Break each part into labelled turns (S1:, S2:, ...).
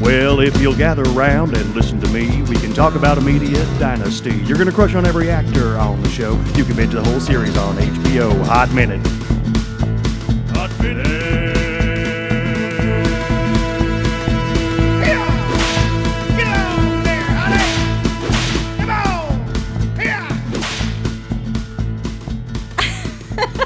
S1: Well, if you'll gather round and listen to me, we can talk about a media dynasty. You're going to crush on every actor on the show. You can binge the whole series on HBO. Hot Minute. Hot Minute.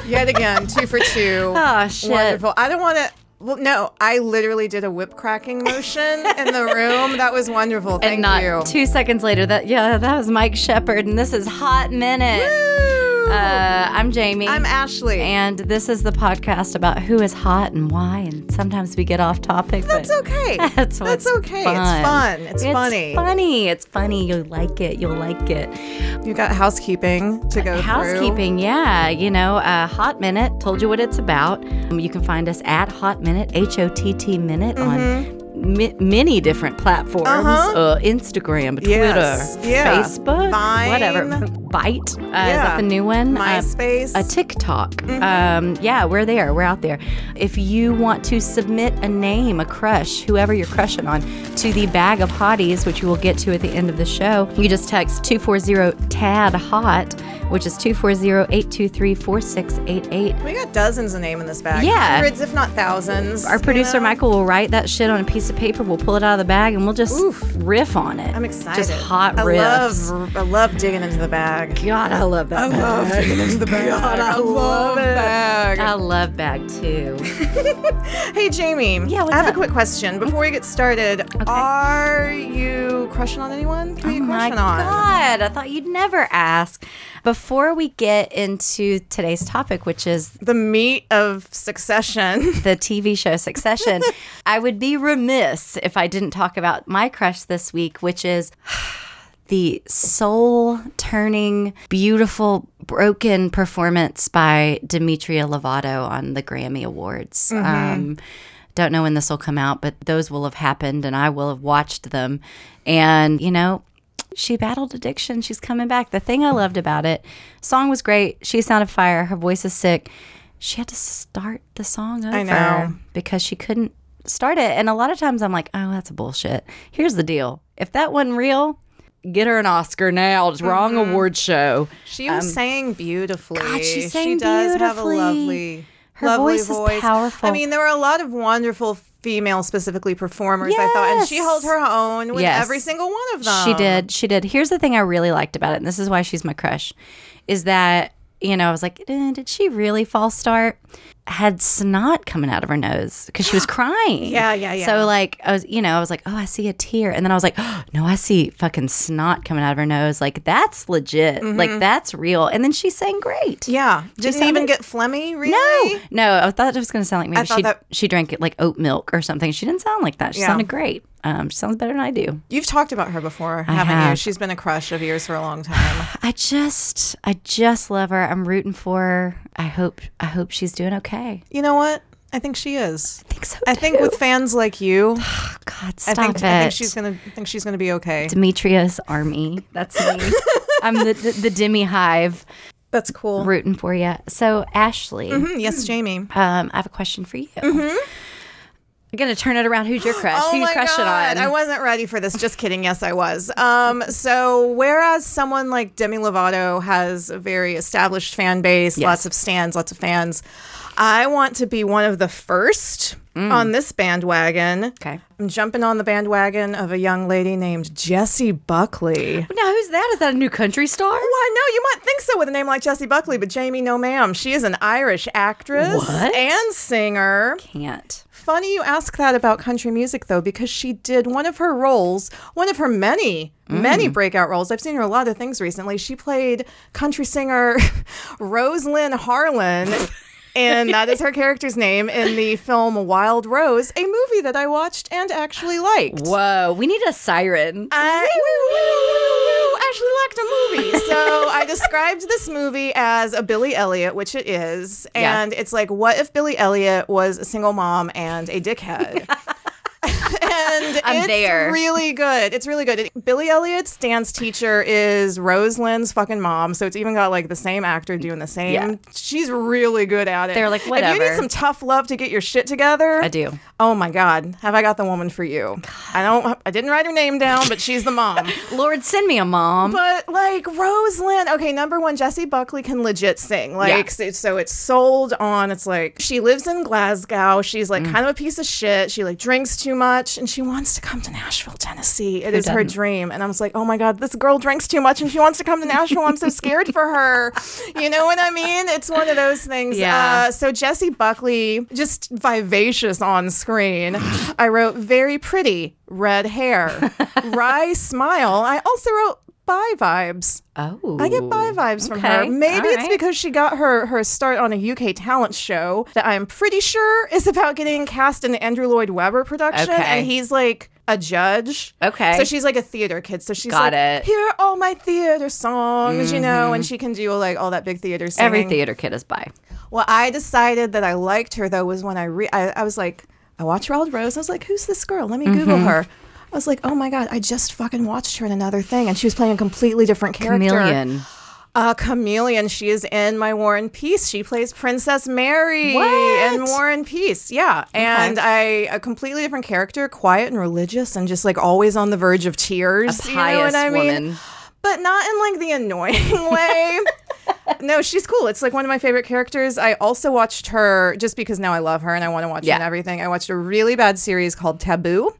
S2: Yet again, two for two.
S3: Oh, shit.
S2: Wonderful. I don't want to. Well, no, I literally did a whip cracking motion in the room. That was wonderful. Thank
S3: and not
S2: you.
S3: two seconds later. That yeah, that was Mike Shepard, and this is Hot Minute.
S2: Woo!
S3: Uh, I'm Jamie.
S2: I'm Ashley.
S3: and this is the podcast about who is hot and why. And sometimes we get off topic.
S2: That's
S3: but
S2: okay.
S3: That's what's
S2: That's okay.
S3: Fun.
S2: It's fun. It's, funny.
S3: funny. It's funny. You'll like it. You'll like it.
S2: You got housekeeping to go through.
S3: Housekeeping, yeah. You know, uh, Hot Minute told you what it's about. Um, you can find us at Hot Minute, H O T T Minute on mi- many different platforms
S2: Mm-hmm. Uh-huh.
S3: uh, Instagram, Twitter,
S2: Yes. Yeah.
S3: Facebook,
S2: Vine.
S3: whatever. Bite. Uh, Is
S2: Yeah.
S3: that the new one? Uh,
S2: MySpace. Mm-hmm.
S3: a TikTok. Um, yeah, we're there. We're out there. If you want to submit a name, a crush, whoever you're crushing on, to the bag of hotties, which we will get to at the end of the show, you just text 240 TAD HOT, which is 240 823 4688.
S2: we got dozens of names in this bag.
S3: Yeah.
S2: Hundreds, if not thousands.
S3: Our
S2: you
S3: producer
S2: know?
S3: Michael will write that shit on a piece of paper. We'll pull it out of the bag and we'll just
S2: Oof.
S3: riff on it.
S2: I'm excited.
S3: Just hot
S2: I
S3: riffs.
S2: love, I love digging into the bag.
S3: God, I love that. bag.
S2: digging into the bag. God, I love bag.
S3: I love bag too.
S2: Hey Jamie.
S3: Yeah, what's
S2: I have
S3: up?
S2: a quick question before we get started. Are you crushing on anyone? Who are you
S3: Oh my
S2: crushing on?
S3: god! I thought you'd never ask. Before we get into today's topic, which is
S2: The meat of succession.
S3: the TV show Succession, I would be remiss if I didn't talk about my crush this week, which is the soul-turning, beautiful, broken performance by Demetria Lovato on the Grammy Awards. Um, don't know when this will come out, but those will have happened, and I will have watched them. And you know, she battled addiction. She's coming back. The thing I loved about it, song was great. She sounded fire. Her voice is sick. She had to start the song over
S2: know.
S3: because she couldn't start it. And a lot of times I'm like, oh, that's bullshit. Here's the deal: if that wasn't real, get her an Oscar now. It's wrong award show.
S2: She was sang beautifully.
S3: God, she
S2: she
S3: sang
S2: does have a
S3: beautifully.
S2: lovely
S3: Her
S2: lovely
S3: voice is powerful.
S2: I mean, there were a lot of wonderful female specifically performers I thought and she
S3: Yes.
S2: held her own with
S3: Yes.
S2: every single one of them.
S3: She did. She did. Here's the thing I really liked about it, and this is why she's my crush, is that you know I was like, eh, did she really false start? Had snot coming out of her nose because she was crying.
S2: Yeah, yeah, yeah.
S3: So like I was, you know, I was like, oh, I see a tear, and then I was like, oh, no, I see fucking snot coming out of her nose. Like that's legit. Like that's real. And then she sang great.
S2: Mm-hmm. Yeah. Didn't even
S3: sounded-
S2: get phlegmy, really?
S3: No, no. I thought it was going to sound like maybe
S2: thought
S3: she
S2: that-
S3: she drank like oat milk or something. She didn't sound like that. She
S2: Yeah.
S3: sounded great. Um, she sounds better than I do.
S2: You've talked about her before, haven't you?
S3: have.
S2: She's been a crush of yours for a long time.
S3: I just, I just love her. I'm rooting for her. I hope, I hope she's doing okay.
S2: You know what? I think she is.
S3: I think so.
S2: I think with fans like you,
S3: too. God,
S2: I
S3: stop
S2: think
S3: it.
S2: I think she's gonna I think she's gonna be okay.
S3: Demetria's army. That's me. I'm the, the the Demi Hive
S2: That's cool.
S3: rooting for you. So Ashley,
S2: Mm, Yes, Jamie.
S3: um, I have a question for you. I'm gonna turn it around. Who's your crush? Who you crushing on?
S2: Oh I wasn't ready for this. Just kidding. Yes, I was. Um, so whereas someone like Demi Lovato has a very established fan base, lots of stands, lots of fans, I want to be one of the first on this bandwagon.
S3: Mm. Okay.
S2: I'm jumping on the bandwagon of a young lady named Jessie Buckley.
S3: now who's that? Is that a new country star?
S2: Well, I know you might think so with a name like Jessie Buckley, but Jamie, no ma'am. She is an Irish actress
S3: What?
S2: and singer.
S3: Can't.
S2: Funny you ask that about country music, though, because she did one of her roles, one of her many, many breakout roles. I've seen her in a lot of things recently. She played country singer Rose Lynn Harlan. And that is her character's name in the film Wild Rose, a movie that I watched and actually liked.
S3: Whoa, we need a siren.
S2: I, woo, woo, woo, woo, Ashley liked a movie. So I described this movie as a Billy Elliot, which it is.
S3: Yeah.
S2: And it's like, what if Billy Elliot was a single mom and a dickhead? and
S3: I'm
S2: it's
S3: there.
S2: really good. It's really good. It, Billy Elliot's dance teacher is Rose Lynn's fucking mom, so it's even got like the same actor doing the same.
S3: Yeah.
S2: She's really good at it.
S3: They're like,
S2: If you need
S3: whatever.
S2: some tough love to get your shit together,
S3: I do.
S2: Oh my god, have I got the woman for you? I don't. I didn't write her name down, but she's the mom.
S3: Lord, send me a mom.
S2: But like Rosalind, okay, number one, Jessie Buckley can legit sing. Like, so, so it's sold on. It's like she lives in Glasgow. She's like
S3: Mm.
S2: kind of a piece of shit. She like drinks too much, and she wants to come to Nashville, Tennessee. It is her dream. And I was like, oh my god, this girl drinks too much, and she wants to come to Nashville. I'm so scared for her. You know what I mean? It's one of those things.
S3: Yeah.
S2: Uh, so Jessie Buckley, just vivacious on screen. I wrote very pretty red hair, wry smile. I also wrote bi vibes.
S3: Oh,
S2: I get bi vibes from her.
S3: okay.
S2: Maybe
S3: All
S2: it's
S3: right.
S2: because she got her her start on a UK talent show that I'm pretty sure is about getting cast in the Andrew Lloyd Webber production,
S3: Okay.
S2: and he's like a judge.
S3: Okay.
S2: So she's like a theater kid. So she's
S3: Got
S2: like,
S3: it. Mm-hmm.
S2: here are all my theater songs, you know, and she can do like all that big theater singing.
S3: Every theater kid is bi.
S2: What I decided that I liked her though was when I re- I, I was like, I watched Wild Rose. I was like, who's this girl? Let me Google
S3: Mm-hmm.
S2: her. I was like, oh my god, I just fucking watched her in another thing, and she was playing a completely different character.
S3: Chameleon.
S2: A chameleon. She is in my War and Peace. She plays Princess Mary
S3: What?
S2: in War and Peace. Yeah, and I a completely different character, quiet and religious, and just like always on the verge of tears.
S3: Pious
S2: you know what I mean?
S3: woman.
S2: but not in like the annoying way. no, she's cool. It's like one of my favorite characters. I also watched her just because now I love her and I want to watch her
S3: Yeah.
S2: and everything. I watched a really bad series called Taboo.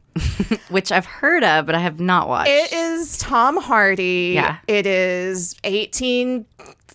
S3: Which I've heard of, but I have not watched.
S2: It is Tom Hardy.
S3: Yeah.
S2: It is 18.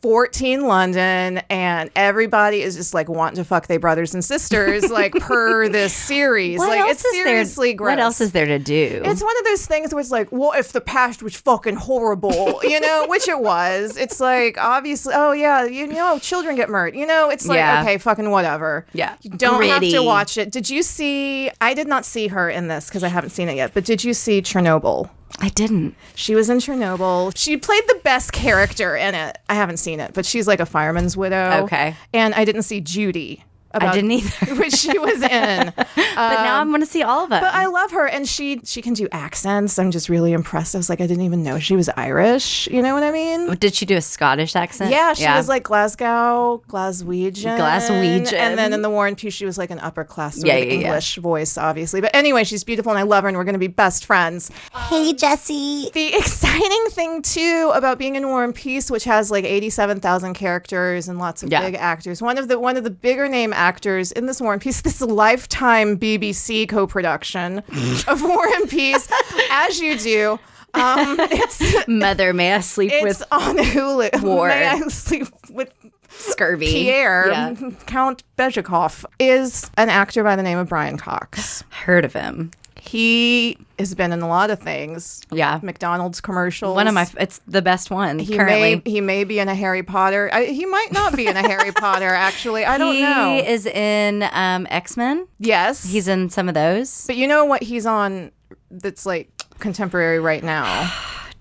S2: 14 London, and everybody is just like wanting to fuck their brothers and sisters, like per this series.
S3: what
S2: like,
S3: else
S2: it's
S3: is
S2: seriously
S3: there,
S2: gross.
S3: What else is there to do?
S2: It's one of those things where it's like, well, if the past was fucking horrible, you know, which it was. It's like obviously, oh yeah, you know, children get murdered. You know, it's like
S3: Yeah.
S2: okay, fucking whatever.
S3: Yeah.
S2: you don't have
S3: Gritty.
S2: to watch it. Did you see? I did not see her in this because I haven't seen it yet. But did you see Chernobyl?
S3: I didn't.
S2: She was in Chernobyl. She played the best character in it. I haven't seen it, but she's like a fireman's widow.
S3: Okay.
S2: and I didn't see Judy.
S3: I
S2: about-
S3: didn't either.
S2: Which she was in.
S3: but now I'm going to see all of them.
S2: Um, But I love her, and she she can do accents. I'm just really impressed. I was like, I didn't even know she was Irish. You know what I mean?
S3: Oh, Did she do a Scottish accent?
S2: Yeah, she was like Glasgow, Glaswegian,
S3: Glaswegian.
S2: and then in the War and Peace, she was like an upper class sort
S3: Yeah,
S2: of
S3: yeah, yeah.
S2: English voice, obviously. But anyway, she's beautiful, and I love her, and we're going to be best friends.
S4: Hey, Jesse.
S2: The exciting thing too about being in War and Peace, which has like eighty-seven thousand characters and lots of
S3: Yeah.
S2: big actors, one of the one of the bigger name actors in this War and Peace, this is a lifetime BBC co-production of War and Peace, as you do. Um, it's
S3: Mother, may I sleep
S2: it's
S3: with
S2: on Hulu.
S3: War.
S2: May I sleep with
S3: scurvy?
S2: Pierre
S3: Yeah.
S2: Count Bezhikov is an actor by the name of Brian Cox.
S3: Heard of him.
S2: He has been in a lot of things.
S3: Yeah.
S2: McDonald's commercials.
S3: One of my, it's the best one
S2: He
S3: currently.
S2: may he may be in a Harry Potter. I, he might not be in a Harry Potter. Actually, I don't
S3: he
S2: know.
S3: is in um, X Men.
S2: yes,
S3: He's in some of those.
S2: But you know what he's on? That's like contemporary right now.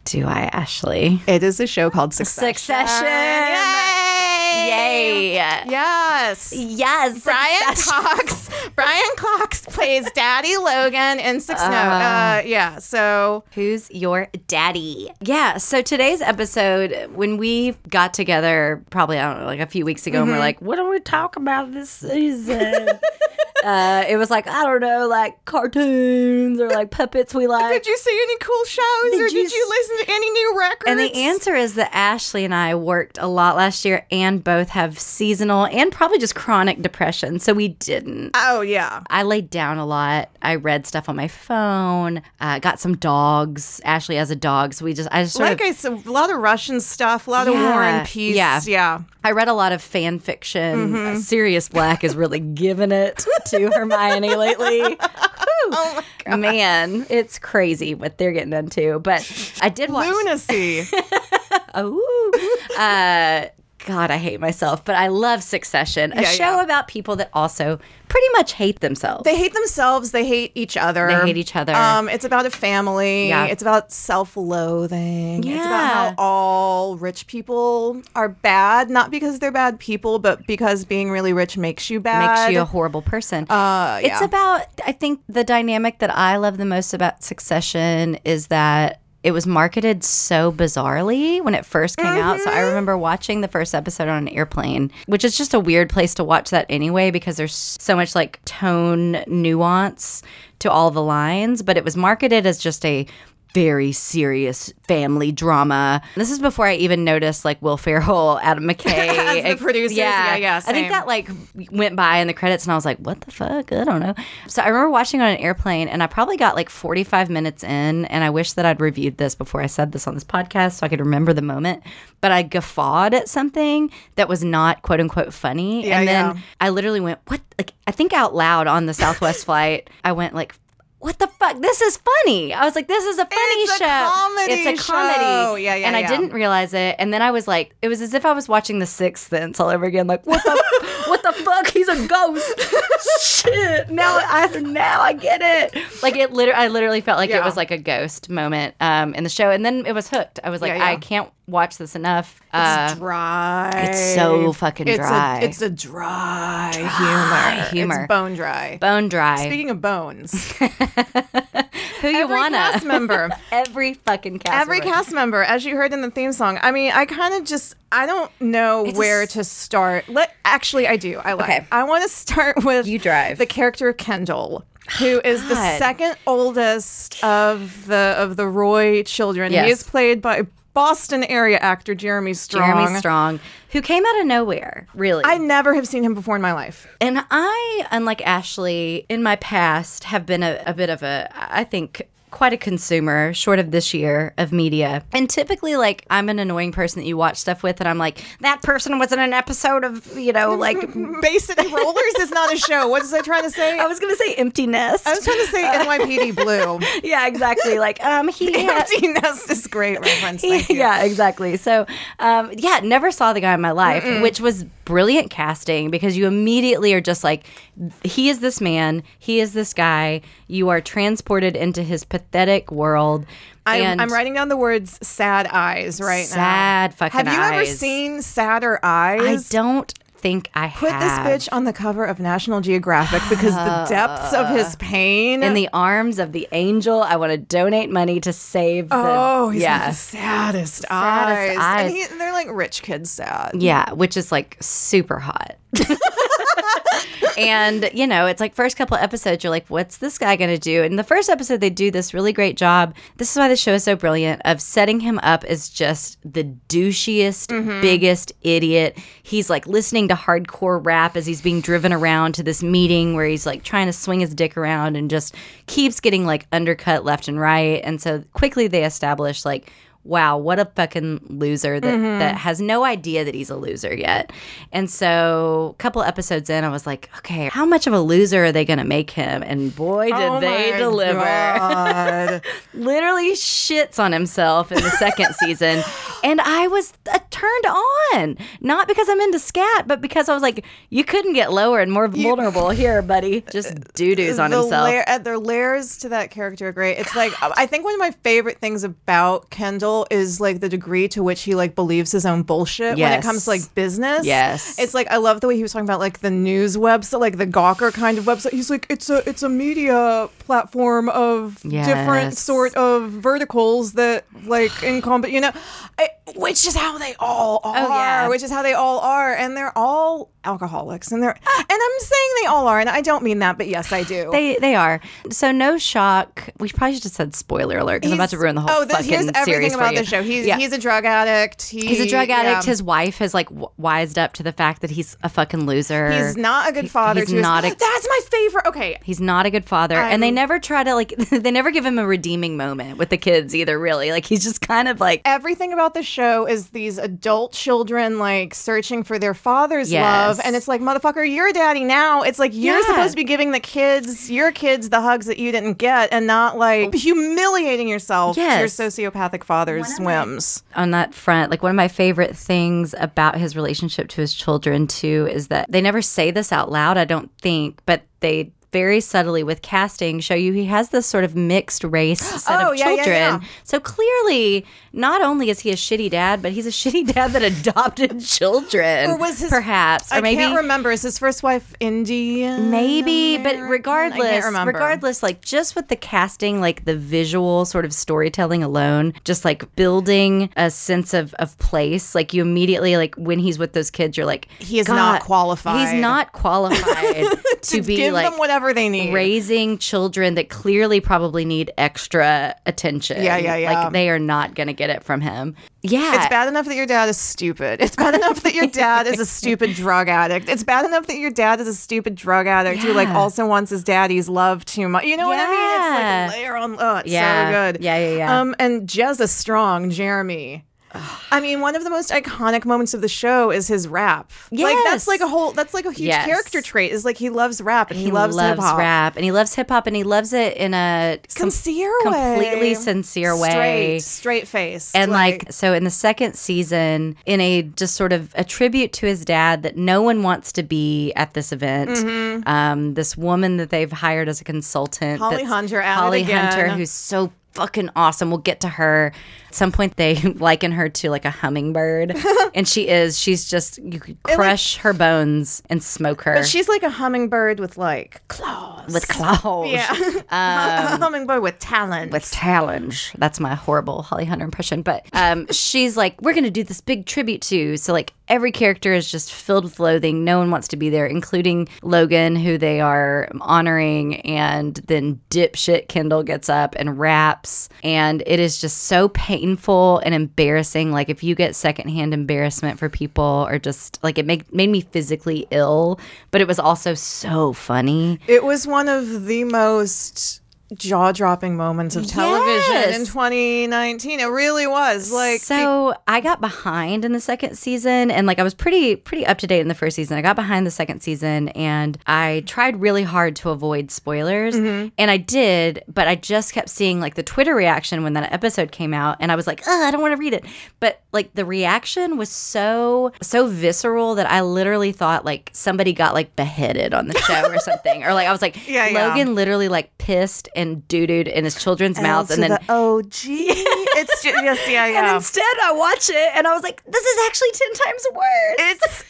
S3: Do I, Ashley?
S2: It is a show called Succession.
S3: Succession.
S2: Yay!
S3: Yay.
S2: Yes.
S3: Yes.
S2: Brian
S3: Succession.
S2: Cox. Brian Cox plays Daddy Logan in Six. no, uh, yeah. So
S3: Who's your daddy? Yeah. So today's episode, when we got together, probably, I don't know, like a few weeks ago, and we're like, what do we talk about this season? uh, it was like, I don't know, like cartoons or like puppets we like.
S2: did you see any cool shows, or
S3: uh, Did you
S2: did you
S3: s-
S2: listen to any new records?
S3: And the answer is that Ashley and I worked a lot last year and both have seasonal and probably just chronic depression. So we didn't.
S2: Oh yeah.
S3: I laid down a lot. I read stuff on my phone. Uh, got some dogs. Ashley has a dog, so we just I just sort
S2: like
S3: of,
S2: I said, a lot of Russian stuff, a lot of War
S3: Yeah,
S2: and Peace.
S3: yeah.
S2: Yeah. Mm-hmm.
S3: I read a lot of fan fiction. Uh, Sirius Black is really giving it to Hermione lately. oh Man, it's crazy what they're getting into. But I did watch.
S2: Lunacy.
S3: Oh, uh, God, I hate myself, but I love Succession, a
S2: Yeah,
S3: show
S2: yeah.
S3: about people that also pretty much hate themselves.
S2: They hate themselves. They hate each other.
S3: They hate each other.
S2: Um, it's about a family.
S3: Yeah.
S2: It's about self-loathing. It's about
S3: Yeah.
S2: how all rich people are bad, not because they're bad people, but because being really rich makes you bad.
S3: makes you a horrible person.
S2: Uh,
S3: It's
S2: yeah.
S3: about, I think the dynamic that I love the most about Succession is that it was marketed so bizarrely when it first came out. So I
S2: Mm-hmm.
S3: remember watching the first episode on an airplane, which is just a weird place to watch that anyway because there's so much like tone nuance to all the lines, but it was marketed as just a very serious family drama. This is before I even noticed like Will Ferrell, Adam McKay,
S2: As the
S3: it-
S2: producers, yeah, yeah,
S3: I think
S2: same.
S3: that like went by in the credits, and I was like, "What the fuck? I don't know." So I remember watching it on an airplane, and I probably got like forty five minutes in, and I wish that I'd reviewed this before I said this on this podcast so I could remember the moment. But I guffawed at something that was not quote unquote funny,
S2: Yeah,
S3: and then
S2: yeah.
S3: I literally went, "What?" Like I think out loud on the Southwest flight, I went like. What the fuck? This is funny. I was like, this is a funny
S2: It's a
S3: show.
S2: comedy
S3: it's a comedy.
S2: show. Yeah, yeah,
S3: And I
S2: yeah.
S3: didn't realize it. And then I was like, it was as if I was watching The Sixth Sense all over again. Like, what the, what the fuck? He's a ghost. Shit. Now I, now I get it. Like it literally, I literally felt like
S2: Yeah.
S3: it was like a ghost moment um, in the show. And then it was hooked. I was like,
S2: Yeah, yeah.
S3: I can't watch this enough.
S2: It's dry.
S3: it's Uh, so fucking
S2: It's
S3: dry.
S2: A, it's a dry, humor.
S3: humor.
S2: It's bone dry.
S3: bone dry.
S2: Speaking of bones,
S3: Who you
S2: every
S3: wanna?
S2: cast member.
S3: every fucking cast.
S2: Every
S3: member.
S2: cast member, as you heard in the theme song, I mean, I kind of just I don't know
S3: It's a
S2: where
S3: s-
S2: to start. Let actually, I do. I like.
S3: Okay.
S2: I want to start with
S3: You drive.
S2: the character Kendall, who is the
S3: God.
S2: second oldest of the of the Roy children.
S3: Yes.
S2: He is played by Boston area actor Jeremy Strong.
S3: Jeremy Strong, who came out of nowhere, really.
S2: I never have seen him before in my life.
S3: And I, unlike Ashley, in my past have been a, a bit of a, I think, quite a consumer, short of this year, of media. And typically, like, I'm an annoying person that you watch stuff with, and I'm like, that person was in an episode of, you know, like,
S2: Basic Rollers is not a show. What was I trying to say?
S3: I was Uh, going to say Empty Nest.
S2: I was trying to say NYPD Blue.
S3: yeah, exactly. Like, um, he.
S2: Empty Nest is great reference. Thank you.
S3: yeah, exactly. So, um, yeah, never saw the guy in my life, which was brilliant casting because you immediately are just like, he is this man, he is this guy. You are transported into his pathetic world.
S2: I'm,
S3: and
S2: I'm writing down the words "sad eyes" right
S3: Sad
S2: now. Have
S3: fucking
S2: you ever
S3: eyes.
S2: seen sadder
S3: I
S2: eyes?
S3: don't think I
S2: Put this
S3: have.
S2: bitch on the cover of National Geographic because the depths of his pain.
S3: in the arms of the angel. I want to donate money to save. The,
S2: oh, he's got
S3: yeah,
S2: the saddest, eyes.
S3: Saddest eyes.
S2: And, he, and they're like rich kids sad.
S3: Yeah, which is like super hot. and you know, it's like first couple episodes, you're like, "What's this guy going to do?" And the first episode, they do this really great job. This is why the show is so brilliant of setting him up as just the douchiest, biggest idiot. He's like listening to hardcore rap as he's being driven around to this meeting where he's like trying to swing his dick around and just keeps getting like undercut left and right. And so quickly they establish like wow, what a fucking loser that,
S2: Mm-hmm.
S3: that has no idea that he's a loser yet. And so a couple episodes in, I was like, okay, how much of a loser are they going to make him? And boy, did
S2: Oh
S3: they
S2: my
S3: deliver.
S2: God.
S3: Literally shits on himself in the second season. And I was uh, turned on, not because I'm into scat, but because I was like, you couldn't get lower and more vulnerable here, buddy. Just doo-doos on
S2: the
S3: himself.
S2: Layer, uh, their layers to that character are great. It's like I think one of my favorite things about Kendall is like the degree to which he like believes his own bullshit when it
S3: Yes.
S2: comes to like business.
S3: Yes.
S2: it's like I love the way he was talking about like the news website, like the Gawker kind of website. He's like it's a it's a media platform of different
S3: Yes.
S2: sort of verticals that like in combat, you know, I, which is how they all are
S3: Oh, yeah.
S2: which is how they all are, and they're all alcoholics, and they're and I'm saying they all are, and I don't mean that, but yes, I do.
S3: They they are. So no shock. We probably should have said spoiler alert because I'm about to ruin the whole
S2: oh, this,
S3: fucking
S2: here's everything
S3: series for
S2: about
S3: you.
S2: the show. He's
S3: Yeah.
S2: he's a drug addict. He, um,
S3: He's a drug addict.
S2: yeah.
S3: His wife has like w- wised up to the fact that he's a fucking loser.
S2: he's not a good father.
S3: he's
S2: to his-
S3: not a-
S2: That's my favorite. Okay,
S3: He's not a good father, and they never try to like. They never give him a redeeming moment with the kids either. Really, like he's just kind of like
S2: everything about the show is these adult children like searching for their father's
S3: Yes.
S2: love, and it's like, motherfucker, you're a daddy now. It's like you're
S3: Yeah.
S2: supposed to be giving the kids, your kids, the hugs that you didn't get, and not like humiliating yourself
S3: Yes.
S2: to your sociopathic father's whims.
S3: on that front, like one of my favorite things about his relationship to his children, too, is that they never say this out loud, I don't think, but they very subtly with casting show you he has this sort of mixed race set
S2: Oh,
S3: of
S2: yeah, yeah,
S3: children.
S2: yeah.
S3: So clearly, not only is he a shitty dad, but he's a shitty dad that adopted children.
S2: Or was his-
S3: perhaps, or
S2: I
S3: maybe
S2: can't remember. Is his first wife Indian?
S3: maybe but
S2: American? Mm, I
S3: regardless
S2: can't remember.
S3: regardless like just with the casting like the visual sort of storytelling alone just like building a sense of of place like you immediately like when he's with those kids you're like
S2: He is not
S3: "God,
S2: qualified."
S3: he's not qualified to, be
S2: give
S3: like
S2: them whatever they need.
S3: raising children that clearly probably need extra attention
S2: Yeah, yeah, yeah.
S3: like they are not gonna get it from him yeah
S2: It's bad enough that your dad is stupid. It's bad enough that your dad is a stupid drug addict. It's bad enough that your dad is a stupid drug addict who like
S3: Yeah.
S2: also wants his daddy's love too much. You know what I mean?
S3: Yeah.
S2: It's like layer on oh, it's
S3: Yeah.
S2: so good.
S3: Yeah, yeah, yeah.
S2: Um and Jez is strong, Jeremy. I mean, one of the most iconic moments of the show is his rap. Like that's
S3: Yes.
S2: like a whole that's like a huge
S3: Yes.
S2: character trait. Is like he loves rap and he, loves, hip hop.
S3: rap and he loves hip hop and he loves it in a com-
S2: Sincere way.
S3: completely sincere way.
S2: Straight, straight face.
S3: And like, so in the second season, in a just sort of a tribute to his dad that no one wants to be at this event. Um, this woman that they've hired as a consultant,
S2: Mm-hmm. Holly
S3: that's-
S2: Hunter at it
S3: Holly Hunter,
S2: again.
S3: who's so fucking awesome. We'll get to her. At some point, they liken her to like a hummingbird, and she is. She's just you could crush her bones and smoke her
S2: But she's like a hummingbird with like claws.
S3: with claws. Um,
S2: Yeah. a hummingbird with talent.
S3: with challenge. That's my horrible Holly Hunter impression. But um, she's like, we're going to do this big tribute to. So, like, every character is just filled with loathing. No one wants to be there, including Logan, who they are honoring. And then dipshit Kendall gets up and raps. And it is just so painful and embarrassing. Like, if you get secondhand embarrassment for people, or just like it make, made me physically ill, but it was also so funny.
S2: it was one of the most jaw-dropping moments of television in
S3: Yes.
S2: 2019. It really was. Like
S3: so i got behind in the second season and like i was pretty pretty up to date in the first season i got behind the second season and i tried really hard to avoid spoilers
S2: Mm-hmm.
S3: and i did but i just kept seeing like the twitter reaction when that episode came out and i was like Ugh, i don't want to read it but like the reaction was so so visceral that i literally thought like somebody got like beheaded on the show or something or like i was like
S2: Yeah, yeah.
S3: logan literally like pissed and doo-dooed in his children's
S2: L
S3: mouths
S2: to
S3: and then
S2: the OG. it's just yes, yeah,
S3: and
S2: yeah.
S3: instead, I watch it and I was like, this is actually 10 times worse.
S2: It's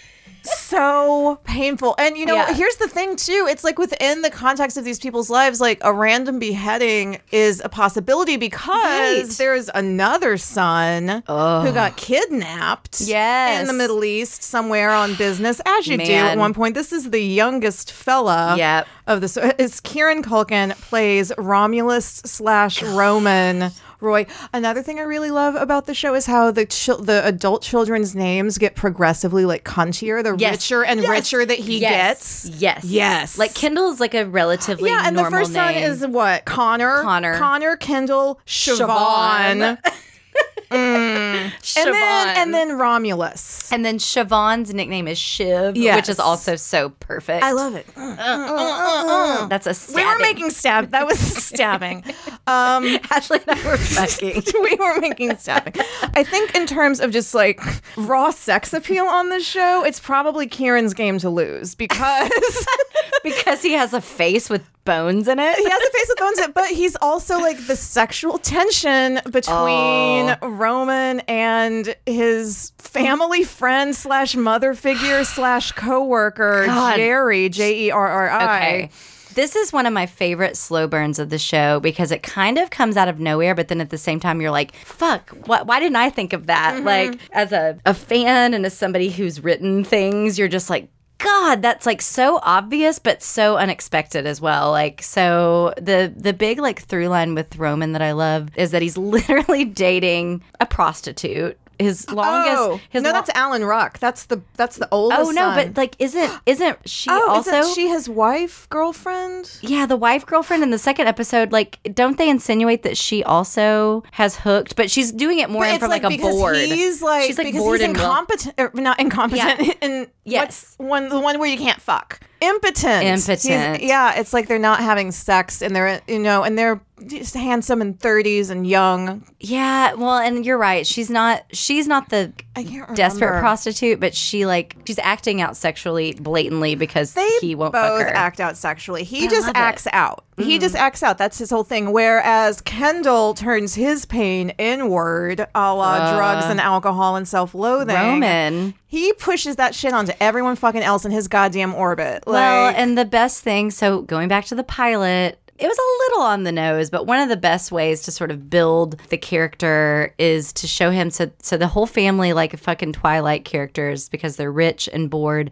S2: so painful. And you know,
S3: Yeah.
S2: here's the thing too. It's like within the context of these people's lives, like a random beheading is a possibility because
S3: Right.
S2: there's another son who got kidnapped.
S3: Yes.
S2: In the Middle East somewhere on business, as you do at
S3: Man.
S2: one point. This is the youngest fella
S3: Yep.
S2: of this is Kieran Culkin plays Romulus slash Roman Roy. Another thing I really love about the show is how the chil- the adult children's names get progressively like cuntier the
S3: Yes.
S2: richer and richer that he
S3: yes.
S2: gets.
S3: Yes.
S2: Yes.
S3: Like Kendall's like a relatively
S2: Yeah, and the
S3: normal
S2: first son
S3: name.
S2: is what Connor,
S3: Connor.
S2: Connor Kendall, Siobhan,
S3: Siobhan.
S2: and then
S3: Siobhan.
S2: and then Romulus.
S3: and then Siobhan's nickname is Shiv,
S2: Yes.
S3: which is also so perfect.
S2: I love it.
S3: That's a
S2: We
S3: stabbing.
S2: were making stab. That was stabbing. Um,
S3: Ashley and I were fucking.
S2: we were making stabbing. I think in terms of just like raw sex appeal on this show, it's probably Kieran's game to lose because
S3: because he has a face with bones in it.
S2: he has a face with bones, but he's also like the sexual tension between
S3: Oh.
S2: Roman and his family friend slash mother figure slash coworker
S3: God.
S2: Jerry J E R R I.
S3: Okay. This is one of my favorite slow burns of the show because it kind of comes out of nowhere, but then at the same time, you're like, fuck, wh- why didn't I think of that?
S2: Mm-hmm.
S3: Like, as a, a fan and as somebody who's written things, you're just like, God, that's like so obvious, but so unexpected as well. Like, so the the big like through line with Roman that I love is that he's literally dating a prostitute his longest.
S2: oh,
S3: his
S2: no,
S3: lo-
S2: that's Alan Rock. That's the that's the oldest.
S3: Oh no,
S2: son.
S3: but like, isn't isn't she
S2: oh,
S3: also?
S2: isn't she his wife, girlfriend?
S3: yeah, the wife girlfriend in the second episode. Like, don't they insinuate that she also has hooked? But she's doing it more
S2: But
S3: in
S2: it's
S3: from like, a
S2: because
S3: board.
S2: he's like,
S3: she's like
S2: because
S3: bored
S2: he's
S3: and will-
S2: incompetent, or not incompetent.
S3: Yeah.
S2: And
S3: Yes.
S2: what's one the one where you can't fuck? Impotent. He's-
S3: Impotent.
S2: yeah, it's like they're not having sex, and they're you know, and they're just handsome and thirties and young.
S3: yeah, well, and you're right. She's not. She's not the
S2: I can't remember.
S3: desperate prostitute, but she like she's acting out sexually blatantly because
S2: They
S3: he won't
S2: both
S3: fuck her.
S2: act out sexually. He
S3: I
S2: just
S3: love it. Mm-hmm.
S2: acts out. He just acts out. That's his whole thing. Whereas Kendall turns his pain inward, a la drugs and alcohol and self-loathing.
S3: Roman.
S2: He pushes that shit onto everyone fucking else in his goddamn orbit.
S3: Well,
S2: Like,
S3: and the best thing, so going back to the pilot, it was a little on the nose, but one of the best ways to sort of build the character is to show him so so the whole family like fucking Twilight characters because they're rich and bored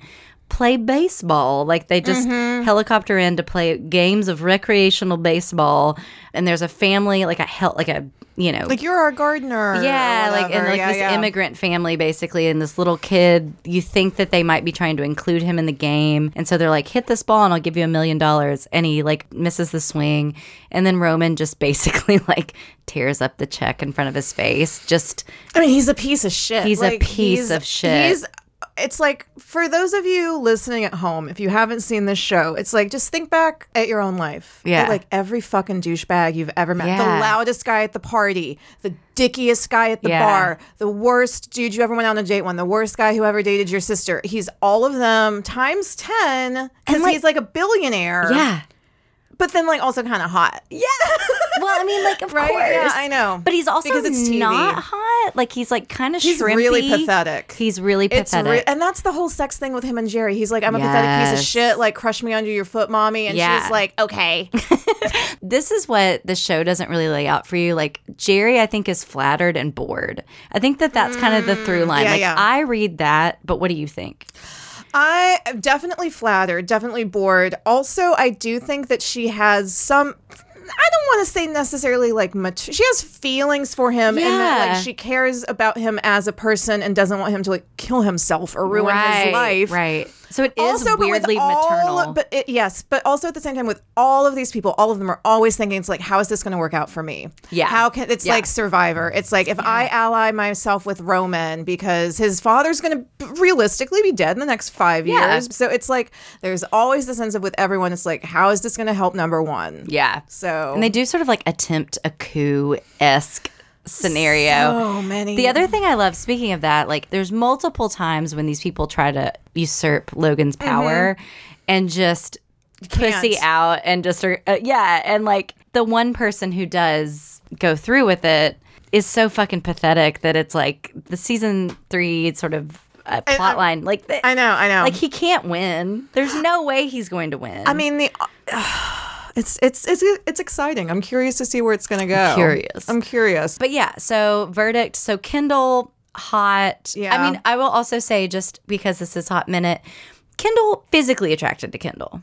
S3: play baseball like they just helicopter in to play games of recreational baseball and there's a family like a hel- like a you know
S2: like you're our gardener. or
S3: yeah, like and
S2: whatever.
S3: like
S2: Yeah,
S3: this
S2: yeah.
S3: immigrant family basically, and this little kid. You think that they might be trying to include him in the game, and so they're like, "Hit this ball, and I'll give you a million dollars." And he like misses the swing, and then Roman just basically like tears up the check in front of his face. Just
S2: I mean, he's a piece of shit.
S3: He's a piece of shit.
S2: He's. It's like for those of you listening at home, if you haven't seen this show, it's like just think back at your own life.
S3: Yeah.
S2: At, like every fucking douchebag you've ever met,
S3: Yeah.
S2: the loudest guy at the party, the dickiest guy at the
S3: Yeah.
S2: bar, the worst dude you ever went on a date with, the worst guy who ever dated your sister. He's all of them times ten because
S3: like-
S2: he's like a billionaire.
S3: yeah,
S2: but then like also kind of hot. Yeah,
S3: well, I mean, like of
S2: Right?
S3: course,
S2: Yeah, I know.
S3: but he's also
S2: Because it's TV.
S3: not hot. Like he's like kind of
S2: He's really pathetic.
S3: He's really
S2: It's
S3: pathetic.
S2: re- and that's the whole sex thing with him and Jerry. He's like, I'm a pathetic piece
S3: Yes.
S2: of shit. Like, crush me under your foot, mommy. And
S3: Yeah.
S2: she's like, okay.
S3: this is what the show doesn't really lay out for you. Like Jerry, I think is flattered and bored. I think that that's kind of the through line.
S2: Mm, yeah,
S3: like
S2: yeah.
S3: I read that, but what do you think?
S2: I am definitely flattered, definitely bored. Also, I do think that she has some. I don't want to say necessarily like mature. She has feelings for him, and that
S3: Yeah.
S2: like she cares about him as a person and doesn't want him to like kill himself or ruin his life.
S3: right? So it is weirdly maternal.
S2: All, but it, yes, but also at the same time, with all of these people, all of them are always thinking it's like, how is this going to work out for me?
S3: Yeah.
S2: How can it's
S3: Yeah.
S2: like Survivor? It's like if I ally myself with Roman because his father's going to realistically be dead in the next five
S3: Yeah.
S2: years. So it's like there's always the sense of with everyone, it's like, how is this going to help number one?
S3: yeah,
S2: So
S3: and they do sort of like attempt a coup esque scenario.
S2: so oh, many.
S3: The other thing I love, speaking of that, like there's multiple times when these people try to usurp Logan's power and just pussy
S2: Mm-hmm. can't.
S3: out and just are, uh, yeah, and like the one person who does go through with it is so fucking pathetic that it's like the season three sort of uh, plot line, like the,
S2: I know, I know.
S3: like he can't win. There's no way he's going to win.
S2: I mean the. It's it's it's it's exciting. I'm curious to see where it's going to go.
S3: curious.
S2: I'm curious.
S3: But yeah, so verdict. So Kindle hot.
S2: Yeah.
S3: I mean, I will also say just because this is hot minute, Kindle physically attracted to Kindle.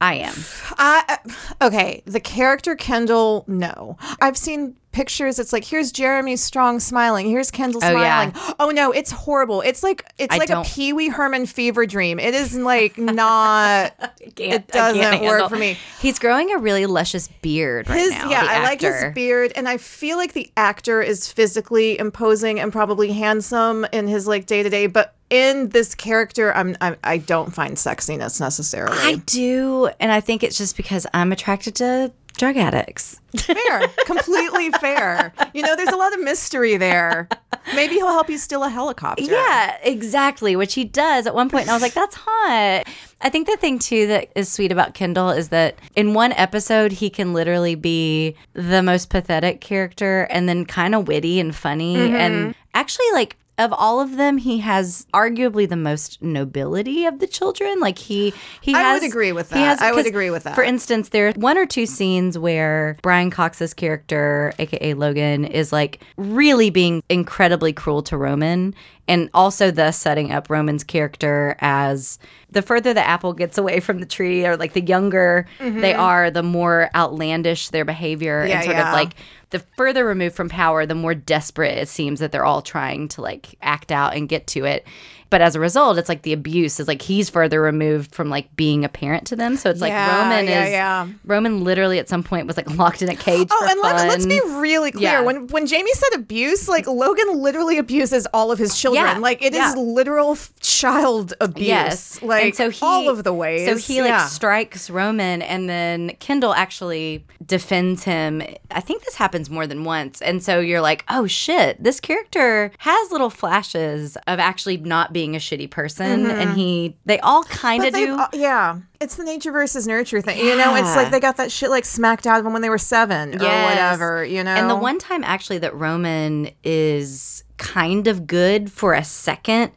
S3: I am.
S2: I I- okay, the character Kendall, no. I've seen pictures it's like here's Jeremy Strong smiling, here's Kendall
S3: Oh, yeah.
S2: smiling. Oh no, it's horrible. It's like it's
S3: I
S2: like
S3: don't-
S2: a Pee Wee Herman fever dream. It is like not
S3: It
S2: doesn't work for me.
S3: He's growing a really luscious beard right
S2: his
S3: now.
S2: yeah,
S3: the
S2: I like his
S3: actor.
S2: beard and I feel like the actor is physically imposing and probably handsome in his like day-to-day, but in this character I'm, I'm I don't find sexiness necessarily.
S3: I do, and I think it's just because I'm attracted to drug addicts.
S2: fair, completely fair. You know, there's a lot of mystery there. Maybe he'll help you steal a helicopter.
S3: Yeah, exactly. Which he does at one point, and I was like, "That's hot." I think the thing too that is sweet about Kendall is that in one episode he can literally be the most pathetic character, and then kind of witty and funny,
S2: Mm-hmm.
S3: and actually like. Of all of them, he has arguably the most nobility of the children. Like he, he
S2: I
S3: has.
S2: would agree with
S3: He
S2: that.
S3: has,
S2: I would
S3: 'cause,
S2: agree with that.
S3: For instance, there are one or two scenes where Brian Cox's character, aka Logan, is like really being incredibly cruel to Roman. and also thus setting up Roman's character as the further the apple gets away from the tree, or like the younger they are, the more outlandish their behavior,
S2: Mm-hmm. Yeah,
S3: and sort
S2: yeah.
S3: of like the further removed from power, the more desperate it seems that they're all trying to like act out and get to it. But as a result, it's like the abuse is like he's further removed from like being a parent to them. So it's
S2: Yeah,
S3: like Roman
S2: yeah,
S3: is
S2: yeah.
S3: Roman literally at some point was like locked in a cage.
S2: Oh,
S3: for
S2: and let, let's
S3: fun.
S2: be really clear.
S3: Yeah.
S2: When when Jamie said abuse, like Logan literally abuses all of his children.
S3: Yeah,
S2: Like it is
S3: yeah.
S2: literal f- child abuse.
S3: Yes.
S2: Like
S3: and so he,
S2: all of the ways.
S3: So he like
S2: Yeah.
S3: strikes Roman and then Kendall actually defends him. I think this happens more than once. And so you're like, oh shit, this character has little flashes of actually not being a shitty person. And he they all kind of
S2: Mm-hmm. But they've
S3: do.
S2: al- yeah, it's the nature versus nurture thing. You know, it's like
S3: Yeah.
S2: they got that shit like smacked out of them when they were seven or
S3: Yes.
S2: whatever. You know,
S3: And the one time actually that Roman is kind of good for a second,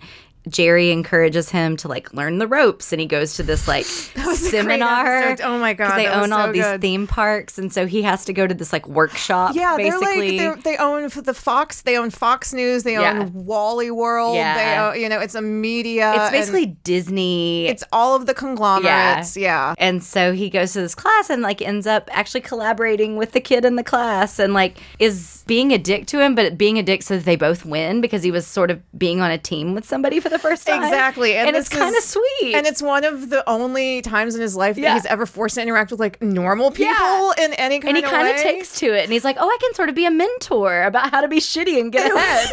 S3: Jerry encourages him to like learn the ropes and he goes to this like
S2: was a great
S3: seminar.
S2: episode. Oh my God,
S3: Because they
S2: that was
S3: own all
S2: so
S3: these
S2: good.
S3: theme parks and so he has to go to this like workshop
S2: Yeah,
S3: basically.
S2: they're like they're, they own f- the Fox, they own Fox News, they
S3: Yeah.
S2: own Wally World,
S3: Yeah.
S2: they own, you know, it's a media.
S3: it's
S2: uh, and
S3: basically Disney.
S2: it's all of the conglomerates. Yeah.
S3: And so he goes to this class and like ends up actually collaborating with the kid in the class and like is being a dick to him, but being a dick so that they both win because he was sort of being on a team with somebody for the first time.
S2: Exactly.
S3: And, it's
S2: this
S3: kind of
S2: is-
S3: sweet.
S2: And it's one of the only times in his life that
S3: Yeah.
S2: he's ever forced to interact with like normal people
S3: Yeah.
S2: in any kind
S3: and he
S2: of
S3: kind of
S2: way.
S3: takes to it and he's like, oh, I can sort of be a mentor about how to be shitty and get ahead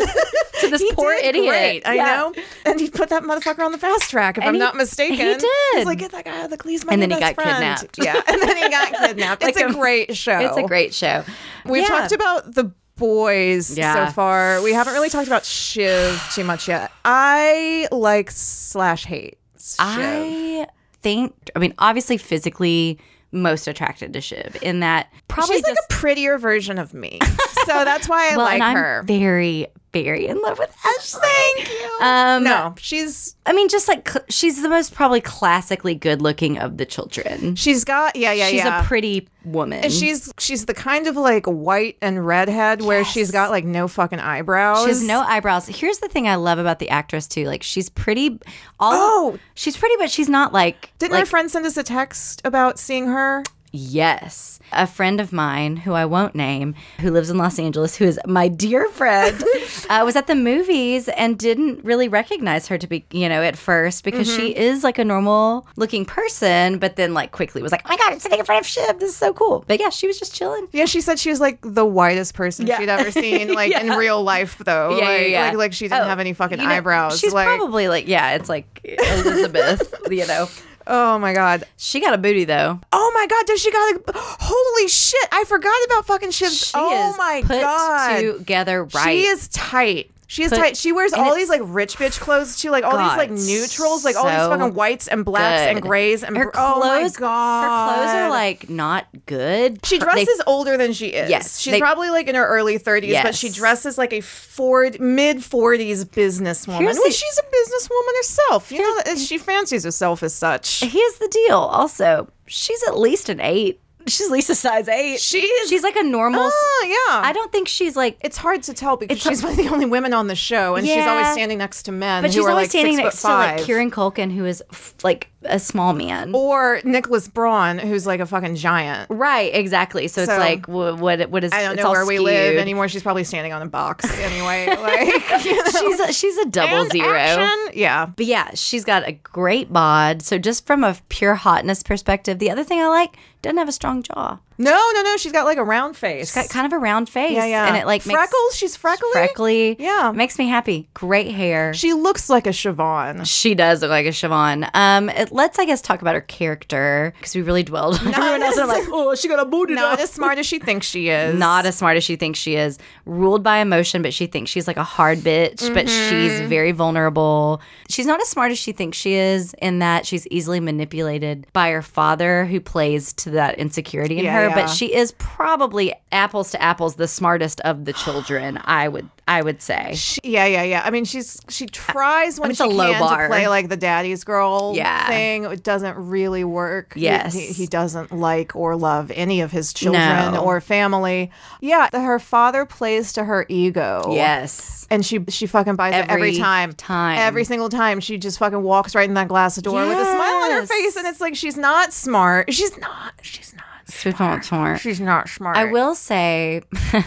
S3: to this
S2: He
S3: poor
S2: did
S3: idiot.
S2: great, I
S3: Yeah.
S2: know. And he put that motherfucker on the fast track, if I'm
S3: he-
S2: not
S3: and he
S2: mistaken. He's
S3: did.
S2: like, get that guy out of the police.
S3: And then he got kidnapped.
S2: Yeah. And then he got kidnapped.
S3: Like
S2: it's a,
S3: a-
S2: great show.
S3: It's a great show.
S2: We've
S3: Yeah.
S2: talked about the boys
S3: Yeah.
S2: so far. We haven't really talked about Shiv too much yet. I like slash hate. Shiv.
S3: I think, I mean, obviously physically most attracted to Shiv in that probably
S2: She's like
S3: just
S2: a prettier version of me. So that's why I
S3: well,
S2: like
S3: and I'm
S2: her.
S3: very, very in love with Ashley.
S2: Thank you.
S3: Um,
S2: no, she's
S3: I mean, just like cl- she's the most probably classically good looking of the children.
S2: she's got yeah, yeah,
S3: she's
S2: yeah.
S3: a pretty woman.
S2: She's she's the kind of like white and redhead where she's got like no fucking eyebrows.
S3: She has no eyebrows. Here's the thing I love about the actress too. Like she's pretty. All
S2: Oh!
S3: she's pretty, but she's not like.
S2: Didn't
S3: like,
S2: my friend send us a text about seeing her?
S3: Yes, a friend of mine who I won't name, who lives in Los Angeles, who is my dear friend, uh, was at the movies and didn't really recognize her to be, you know, at first because she
S2: Mm-hmm.
S3: is like a normal looking person, but then like quickly was like, "Oh my god, I'm sitting in front of Shiv. This is so cool." But yeah, she was just chilling.
S2: Yeah, she said she was like the whitest person
S3: Yeah.
S2: she'd ever seen, like in real life though.
S3: Yeah,
S2: like,
S3: yeah, yeah.
S2: like like she didn't
S3: Oh,
S2: have any fucking
S3: you know,
S2: eyebrows.
S3: She's
S2: like
S3: probably like, yeah, it's like Elizabeth, you know.
S2: oh my god.
S3: She got a booty though.
S2: Oh my god, does she got a holy shit, I forgot about fucking Shiv's
S3: She
S2: Oh
S3: is
S2: my
S3: put
S2: god.
S3: together right.
S2: She is tight. She is
S3: Put-
S2: tight. She wears
S3: and
S2: all
S3: it's-
S2: these like rich bitch clothes too, like all these
S3: God,
S2: like neutrals, like all these
S3: so
S2: fucking whites and blacks and
S3: good.
S2: grays and br-
S3: her
S2: oh my
S3: clothes.
S2: god.
S3: Her clothes are like not good.
S2: She
S3: Her-
S2: dresses
S3: they-
S2: older than she is.
S3: Yes,
S2: she's
S3: they-
S2: probably like in her early 30s, but
S3: Yes.
S2: she dresses like a Ford mid 40s businesswoman.
S3: Here's
S2: Well,
S3: the-
S2: she's a businesswoman herself. You know, that- she fancies herself as such.
S3: Here's the deal. Also, she's at least an eight. She's at least a size eight.
S2: She is-
S3: She's like a normal. s-
S2: Oh, yeah.
S3: I don't think she's like.
S2: it's hard to tell because
S3: It's-
S2: she's one of the only women on the show, and she's
S3: Yeah.
S2: always standing next to men
S3: but
S2: who
S3: she's
S2: are
S3: always
S2: like
S3: standing
S2: six
S3: next
S2: foot five. Oh.
S3: to like Kieran Culkin, who is f- like a small man.
S2: or Nicholas Braun, who's like a fucking giant.
S3: Right, exactly. So,
S2: So-
S3: it's like, wh- what? What is?
S2: I don't
S3: it's
S2: know
S3: all
S2: where we live
S3: skewed.
S2: anymore. She's probably standing on a box anyway. Like you know.
S3: She's a, she's a double
S2: And
S3: zero.
S2: action. Yeah.
S3: But yeah, she's got a great bod. So just from a pure hotness perspective, the other thing I like doesn't have a strong jaw.
S2: No, no, no. She's got like a round face.
S3: Got kind of a round face.
S2: yeah, yeah.
S3: And it like makes
S2: freckles. She's freckly.
S3: freckly.
S2: Yeah.
S3: Makes me happy. Great hair. She,
S2: She looks like a Siobhan.
S3: does look like a Siobhan. Um, it- let's I guess talk about her character because we really dwelled on everyone else.
S2: as-
S3: And I'm like, oh, she got a booty.
S2: Not as smart as she thinks she is.
S3: not as smart as she thinks she is, ruled by emotion, but she thinks she's like a hard bitch, but she's
S2: Mm-hmm.
S3: very vulnerable. She's not as smart as she thinks she is in that she's easily manipulated by her father, who plays to that insecurity in
S2: Yeah,
S3: her,
S2: yeah.
S3: but she is probably apples to apples the smartest of the children, I would I would say.
S2: She, yeah, yeah, yeah. I mean, she's she tries when
S3: it's
S2: she
S3: a low
S2: can
S3: bar.
S2: to play like the daddy's girl
S3: Yeah.
S2: thing. It doesn't really work. He-
S3: Yes.
S2: he, he doesn't like or love any of his children
S3: No.
S2: or family. Yeah, that her father plays to her ego.
S3: Yes.
S2: And she she fucking buys it every
S3: Every
S2: time.
S3: time.
S2: Every single time. She just fucking walks right in that glass door with a smile on her
S3: Yes.
S2: face. And it's like she's not smart. She's not. She's not.
S3: Sweet Home Tour.
S2: She's not smart.
S3: I will say,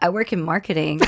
S3: I work in marketing,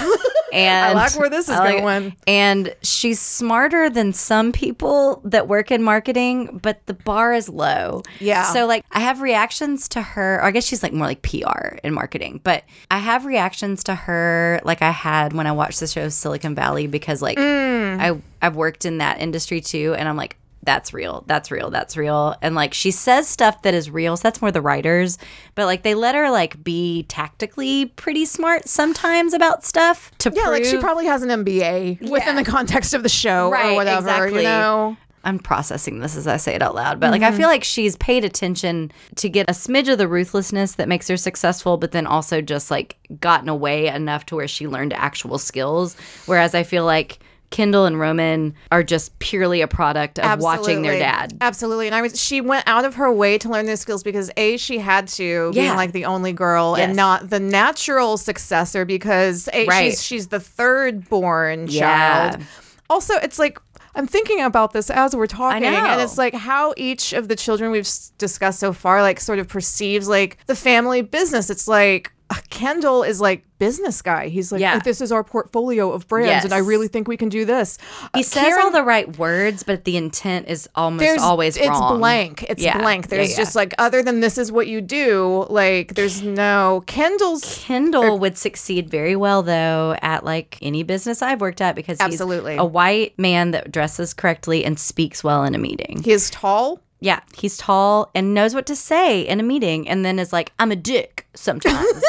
S3: and
S2: like where this is
S3: I
S2: going.
S3: And she's smarter than some people that work in marketing, but the bar is low.
S2: Yeah.
S3: So like, I have reactions to her. Or I guess she's like more like PR in marketing, but I have reactions to her like I had when I watched the show Silicon Valley because like
S2: Mm.
S3: I I've worked in that industry too, and I'm like. That's real. That's real. That's real. And like she says stuff that is real. So that's more the writers, but like they let her like be tactically pretty smart sometimes about stuff to
S2: Yeah, like she
S3: prove-
S2: probably has an MBA within the context of the show
S3: Right,
S2: or whatever,
S3: exactly.
S2: you know.
S3: I'm processing this as I say it out loud, but
S2: Mm-hmm.
S3: like I feel like she's paid attention to get a smidge of the ruthlessness that makes her successful, but then also just like gotten away enough to where she learned actual skills. Whereas I feel like Kendall and Roman are just purely a product of watching their
S2: Absolutely. Uh,
S3: dad.
S2: Absolutely. And I was she went out of her way to learn these skills because A, she had to being
S3: Yeah.
S2: like the only girl and
S3: Yes.
S2: not the natural successor because A,
S3: Right.
S2: she's she's the third born
S3: Yeah.
S2: child. Also, it's like I'm thinking about this as we're talking, and
S3: know.
S2: it's like how each of the children we've s- discussed so far, like, sort of perceives like the family business. It's like uh, Kendall is like business guy. He's like,
S3: Yeah.
S2: this is our portfolio of brands, and I
S3: Yes.
S2: really think we can do this.
S3: He
S2: Uh,
S3: says
S2: Karen-
S3: all the right words, but the intent is almost
S2: there's
S3: always
S2: it's
S3: wrong.
S2: blank. It's
S3: Yeah.
S2: blank.
S3: Yeah,
S2: There's
S3: yeah.
S2: just like other than this is what you do. Like there's no Kendall's.
S3: Kendall would succeed very well, though, at like any business I've worked at because he's
S2: Absolutely.
S3: a white man that dresses correctly and speaks well in a meeting.
S2: He is tall.
S3: Yeah, he's tall and knows what to say in a meeting, and then is like, "I'm a dick." Sometimes.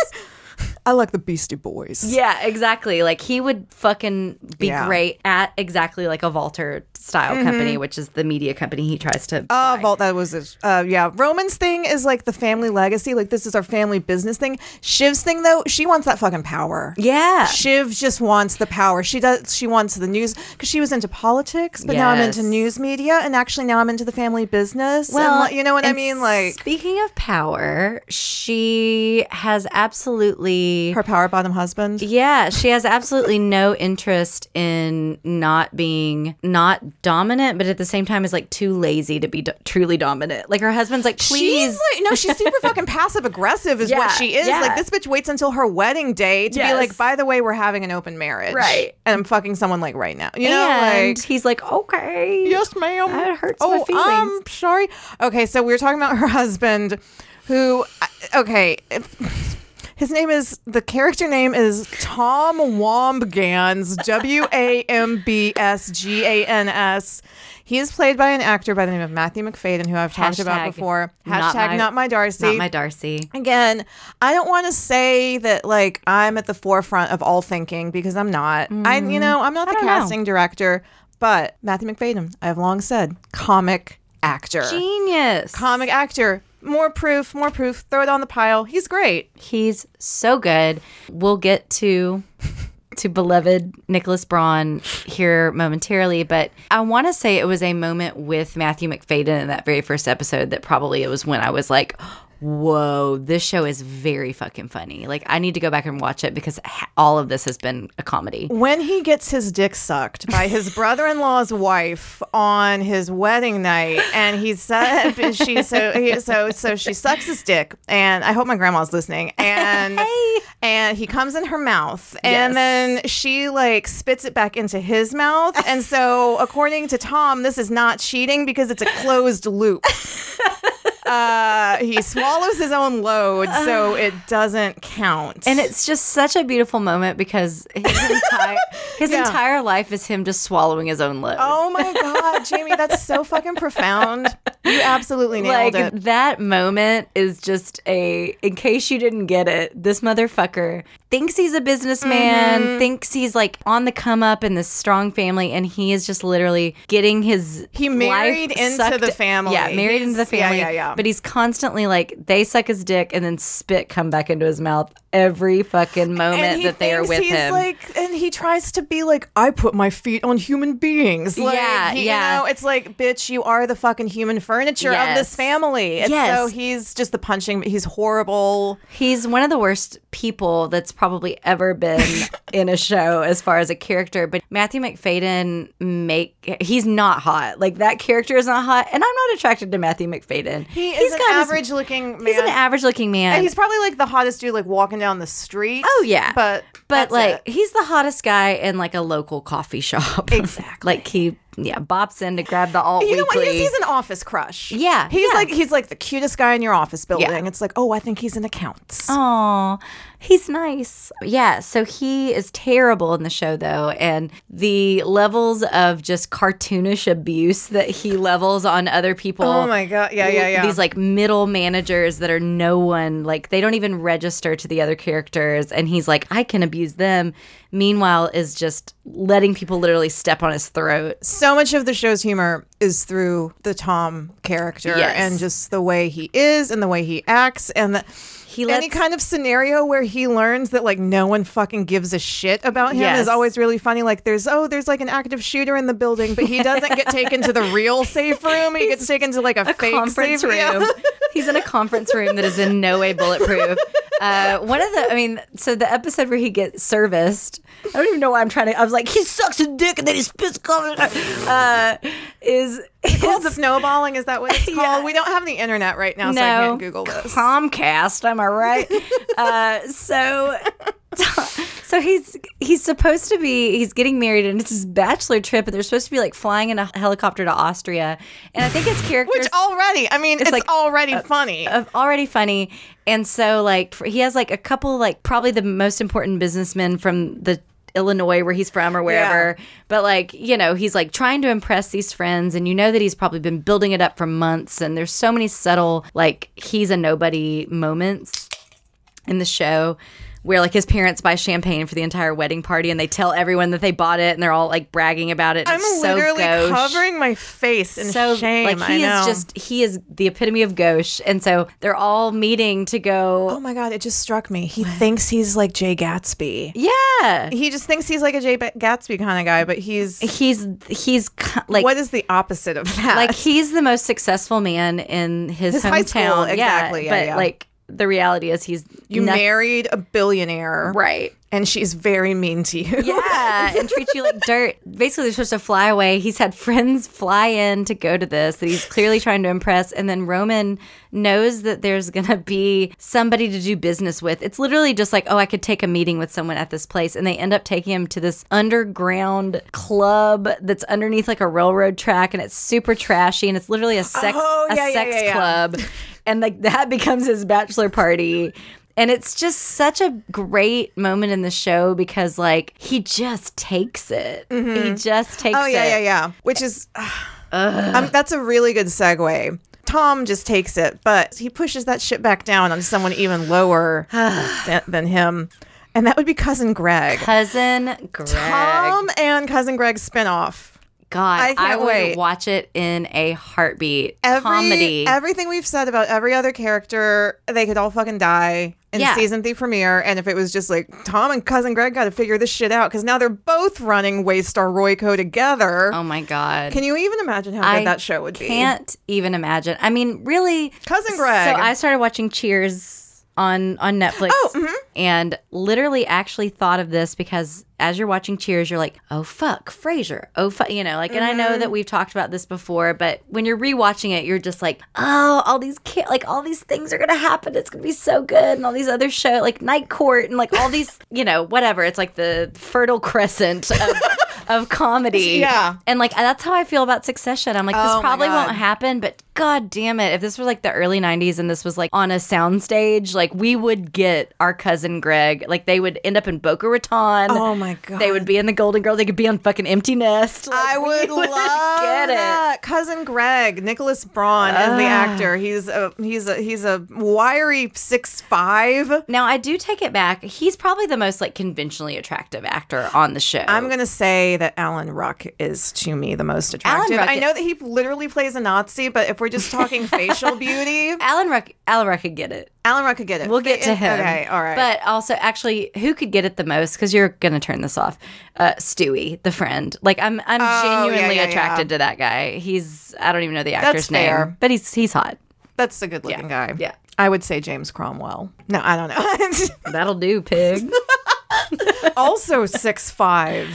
S2: I like the Beastie Boys.
S3: yeah, exactly. Like he would fucking be
S2: Yeah.
S3: great at exactly like a Walter style company, which is the media company he tries to.
S2: Uh,
S3: buy.
S2: Vault, that was it. Uh, yeah. Roman's thing is like the family legacy. Like this is our family business thing. Shiv's thing though, she wants that fucking power.
S3: yeah.
S2: Shiv just wants the power. She does. She wants the news because she was into politics, but now I'm into
S3: Yes.
S2: news media, and actually now I'm into the family business. and, like, you know what I
S3: and
S2: mean? Like
S3: speaking of power, she has absolutely
S2: her power bottom husband.
S3: Yeah, she has absolutely no interest in not being not dominant, but at the same time is like too lazy to be do- truly dominant. Like her husband's like, please.
S2: She's like, no, she's super fucking passive aggressive, is
S3: Yeah,
S2: what she is.
S3: yeah.
S2: Like, this bitch waits until her wedding day to be
S3: Yes.
S2: like, by the way, we're having an open marriage.
S3: Right.
S2: And I'm fucking someone like right now. You know,
S3: and
S2: like,
S3: he's like, okay.
S2: yes, ma'am.
S3: That hurts my
S2: oh,
S3: feelings.
S2: I'm sorry. Okay, so we were talking about her husband who, okay. if- His name is the character name is Tom Wombgans, W A M B S G A N S. He is played by an actor by the name of Matthew McFadden, who I've talked about
S3: Hashtag
S2: before.
S3: not
S2: Hashtag
S3: my-
S2: not my Darcy
S3: Not my Darcy.
S2: again i don't want to say that like i'm at the forefront of all thinking because i'm not i you know i'm not the
S3: Mm. don't know.
S2: casting director but matthew mcfadden i have long said comic actor
S3: Genius.
S2: comic actor more proof more proof throw it on the pile he's great
S3: He's so good. We'll get to to beloved Nicholas Braun here momentarily, but I want to say it was a moment with Matthew McFadden in that very first episode that probably it was when I was like, "Whoa, this show is very fucking funny." Like I need to go back and watch it because ha- all of this has been a comedy.
S2: when he gets his dick sucked by his brother-in-law's wife on his wedding night and he said she so he, so so she sucks his dick and i hope my grandma's listening and and he comes in her mouth and
S3: Yes.
S2: then she like spits it back into his mouth and so according to tom this is not cheating because it's a closed loop uh, he swallows his own load so it doesn't count
S3: Uh. And it's just such a beautiful moment because his entire his
S2: Yeah.
S3: entire life is him just swallowing his own load.
S2: Oh my God, Jamie, that's so fucking profound. You absolutely nailed
S3: like
S2: it.
S3: that moment is just a in case you didn't get it this motherfucker thinks he's a businessman
S2: Mm-hmm.
S3: thinks he's like on the come up in this strong family and he is just literally getting his
S2: He
S3: life
S2: married into
S3: sucked-
S2: the family.
S3: yeah married into the
S2: He's- yeah,
S3: family
S2: yeah, yeah.
S3: but he's constantly like they suck his dick and then spit come back into his mouth every fucking moment that they are
S2: thinks
S3: with
S2: he's
S3: him
S2: Like, and he tries to be like, I put my feet on human beings. Like,
S3: Yeah,
S2: he-
S3: yeah.
S2: You know, it's like, bitch, you are the fucking human furniture of
S3: Yes.
S2: this family. And
S3: Yes.
S2: so he's just the punching. He's horrible.
S3: He's one of the worst people that's probably ever been in a show as far as a character, but Matthew McFadden make he's not hot. Like that character is not hot, and I'm not attracted to Matthew McFadden.
S2: He
S3: He's
S2: is an
S3: got his-
S2: average-looking man.
S3: He's an average-looking man.
S2: And he's probably like the hottest dude, like walking down the street.
S3: oh yeah,
S2: but
S3: but
S2: that's
S3: like
S2: it.
S3: he's the hottest guy in like a local coffee shop.
S2: Exactly.
S3: like he yeah bops in to grab the alt
S2: You know what?
S3: weekly.
S2: He's, he's an office crush.
S3: Yeah,
S2: he's
S3: yeah.
S2: like he's like the cutest guy in your office building. It's like, oh, I think he's in accounts.
S3: Oh, he's nice. Yeah, so he is terrible in the show though, and the levels of just cartoonish abuse that he levels on other people.
S2: Oh my God. Yeah, yeah, yeah.
S3: These like middle managers that are no one, like they don't even register to the other characters, and he's like, I can abuse them. Meanwhile, is just letting people literally step on his throat.
S2: so much of the show's humor is through the Tom character
S3: Yes.
S2: and just the way he is and the way he acts and the,
S3: He
S2: any
S3: lets
S2: kind of scenario where he learns that like no one fucking gives a shit about him
S3: Yes.
S2: is always really funny. Like there's oh there's like an active shooter in the building, but he doesn't get taken to the real safe room. He gets taken to like a, fake
S3: conference
S2: safe yeah.
S3: room. He's in a conference room that is in no way bulletproof. Uh, one of the, I mean, so the episode where he gets serviced, I don't even know why I'm trying to. I was like, he sucks a dick and then he spits coffee. Uh, is
S2: Called snowballing is that what it's called?
S3: Yeah.
S2: We don't have the internet right now, so I can't Google this.
S3: Comcast, am I right? uh, so, so he's he's supposed to be he's getting married and it's his bachelor trip and they're supposed to be like flying in a helicopter to Austria and I think it's characters
S2: Which already, I mean, it's,
S3: like
S2: already funny.
S3: of already funny and so like for- he has like a couple like probably the most important businessmen from the Illinois where he's from or wherever but like you know he's like trying to impress these friends and you know that he's probably been building it up for months and there's so many subtle like he's a nobody moments in the show where like his parents buy champagne for the entire wedding party and they tell everyone that they bought it and they're all like bragging about it
S2: I'm
S3: It's so
S2: literally
S3: gauche
S2: covering my face in
S3: so
S2: shame.
S3: like
S2: I
S3: he
S2: know.
S3: is just he is the epitome of gauche and so they're all meeting to
S2: Oh
S3: go
S2: my god! It just struck me. He thinks he's like Jay Gatsby.
S3: yeah
S2: He just thinks he's like a Jay Ba- Gatsby kind of guy, but he's
S3: he's he's ki- like
S2: what is the opposite of that?
S3: like he's the most successful man in his,
S2: His
S3: hometown
S2: high school, exactly,
S3: yeah,
S2: yeah,
S3: but
S2: yeah.
S3: like the reality is he's
S2: you
S3: noth-
S2: married a billionaire,
S3: right
S2: And she's very mean to you.
S3: yeah, and treats you like dirt. Basically, they're supposed to fly away. He's had friends fly in to go to this that he's clearly trying to impress. And then Roman knows that there's going to be somebody to do business with. It's literally just like, oh, I could take a meeting with someone at this place. And they end up taking him to this underground club that's underneath like a railroad track and it's super trashy. And it's literally a sex,
S2: Oh, yeah,
S3: a
S2: yeah,
S3: sex
S2: yeah, yeah.
S3: club. And like that becomes his bachelor party. And it's just such a great moment in the show because like he just takes it. He just takes
S2: Oh yeah,
S3: it.
S2: yeah, yeah. Which is um, that's a really good segue. Tom just takes it, but he pushes that shit back down on someone even lower than, than him, and that would be cousin Greg.
S3: Cousin Greg.
S2: Tom and cousin Greg spinoff.
S3: God, I,
S2: I can't
S3: would
S2: wait.
S3: watch it in a heartbeat.
S2: Every,
S3: Comedy.
S2: Everything we've said about every other character, they could all fucking die in
S3: Yeah.
S2: season three premiere. And if it was just like Tom and cousin Greg got to figure this shit out because now they're both running Waystar Royco together.
S3: oh my God.
S2: Can you even imagine how good
S3: I
S2: that show would
S3: can't even imagine. I mean, really,
S2: Cousin Greg. Oh,
S3: So I started watching Cheers on on Netflix,
S2: mm-hmm.
S3: and literally actually thought of this because as you're watching Cheers, you're like, oh fuck, Frasier, oh fuck, you know, like. And I
S2: Mm-hmm.
S3: know that we've talked about this before, but when you're rewatching it, you're just like, oh, all these ki- like all these things are gonna happen. It's gonna be so good, and all these other show like Night Court and like all these, you know, whatever. It's like the fertile crescent. Of- Of comedy,
S2: Yeah.
S3: and like that's how I feel about Succession. I'm like, this
S2: Oh my
S3: probably
S2: God.
S3: won't happen, but God damn it. If this were like the early 90s and this was like on a soundstage, like we would get our cousin Greg, like they would end up in Boca Raton.
S2: Oh my God.
S3: They would be in the Golden Girls. They could be on fucking Empty Nest. Like,
S2: I
S3: we
S2: would love
S3: get it.
S2: that. Cousin Greg, Nicholas Braun as the actor. He's a he's a he's a wiry six five.
S3: Now, I do take it back. He's probably the most like conventionally attractive actor on the show.
S2: I'm gonna say that Alan Ruck is to me the most attractive.
S3: Ruck-
S2: I know that he literally plays a Nazi, but if we're just talking facial beauty,
S3: Alan Ruck, Alan Ruck could get it.
S2: Alan Ruck could get it.
S3: We'll get to
S2: It-
S3: him.
S2: Okay, all right.
S3: But also, actually, who could get it the most? Because you're gonna turn this off. Uh, Stewie, the friend. Like I'm, I'm
S2: Oh, yeah,
S3: genuinely
S2: yeah,
S3: attracted to that guy. He's, I don't even know the actor's
S2: fair.
S3: name, but he's, he's hot.
S2: that's a good looking guy.
S3: yeah.
S2: I would say James Cromwell. No, I don't know.
S3: That'll do, pig.
S2: also six five.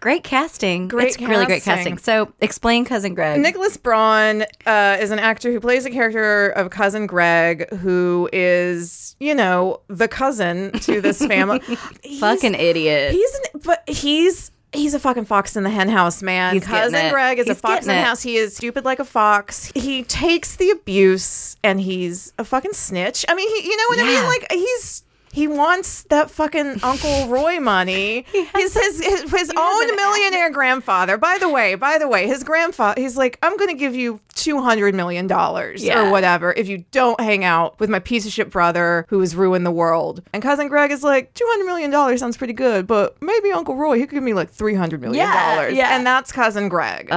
S3: great casting.
S2: Great
S3: it's really great
S2: casting.
S3: casting. So explain, cousin Greg.
S2: Nicholas Braun uh, is an actor who plays the character of cousin Greg, who is, you know, the cousin to this family. He's-
S3: fucking idiot.
S2: He's an, but he's he's a fucking fox in the hen house, man.
S3: He's getting
S2: cousin
S3: it.
S2: Greg is
S3: He's
S2: a fox
S3: getting
S2: in the
S3: it.
S2: house. He is stupid like a fox. He takes the abuse, and he's a fucking snitch. I mean, he, you know what I mean?
S3: Yeah.
S2: Like he's. He wants that fucking Uncle Roy money. his his his, his own
S3: an
S2: millionaire grandfather. By the way, by the way, his grandfather. He's like, I'm going to give you two hundred million dollars or
S3: Yeah.
S2: whatever if you don't hang out with my piece of shit brother who has ruined the world. And cousin Greg is like, two hundred million dollars sounds pretty good, but maybe Uncle Roy he could give me like three hundred million dollars.
S3: yeah.
S2: and that's cousin Greg.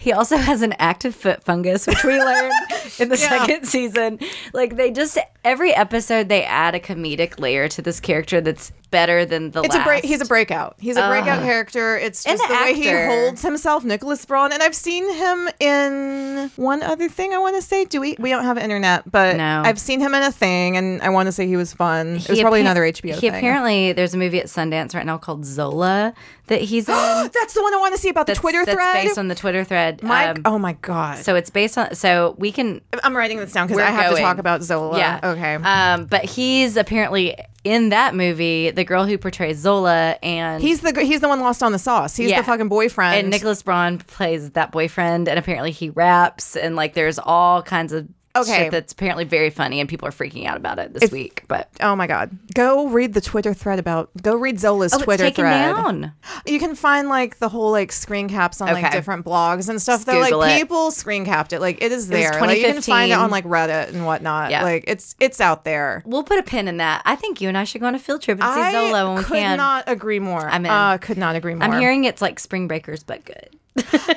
S3: He also has an active foot fungus, which we learned in the
S2: Yeah.
S3: second season. Like they just every episode they add a comedic layer to this character that's better than the
S2: it's
S3: last.
S2: a break. He's a breakout. He's a breakout character. It's
S3: And
S2: just the
S3: the
S2: way he
S3: actor.
S2: holds himself, Nicholas Braun. And I've seen him in one other thing. I want to say, do we? We don't have internet, but
S3: No.
S2: I've seen him in a thing, and I want to say he was fun. it was
S3: He
S2: probably
S3: appar-
S2: another HBO
S3: He
S2: thing.
S3: apparently there's a movie at Sundance right now called Zola that he's on.
S2: that's the one I want to see about the
S3: That's-
S2: Twitter
S3: that's
S2: thread.
S3: based on the Twitter thread.
S2: my,
S3: Um,
S2: oh my god!
S3: so it's based on. So we can
S2: I'm writing this down because
S3: we're
S2: I have to
S3: going.
S2: talk about Zola.
S3: Yeah.
S2: Okay.
S3: Um, but he's apparently in that movie, the girl who portrays Zola, and
S2: he's the he's the one lost on the sauce. He's
S3: Yeah.
S2: the fucking boyfriend.
S3: and Nicholas Braun plays that boyfriend, and apparently he raps, and like there's all kinds of
S2: Okay.
S3: shit that's apparently very funny, and people are freaking out about it this week. But
S2: Oh my God! Go read the Twitter thread about. Go read Zola's
S3: oh,
S2: Twitter
S3: it's taken
S2: thread.
S3: down.
S2: You can find like the whole like screen caps on like
S3: Okay.
S2: different blogs and stuff.
S3: Just
S2: Though
S3: Google
S2: like
S3: it.
S2: people screen capped it. Like it is
S3: was
S2: there. like you can find it
S3: 2015.
S2: on like Reddit and whatnot.
S3: Yeah.
S2: Like it's it's out there.
S3: We'll put a pin in that. I think you and I should go on a field trip and see
S2: I
S3: Zola when we
S2: could
S3: can.
S2: not agree more.
S3: I'm in.
S2: Uh, could not agree more.
S3: I'm hearing it's like Spring Breakers, but good.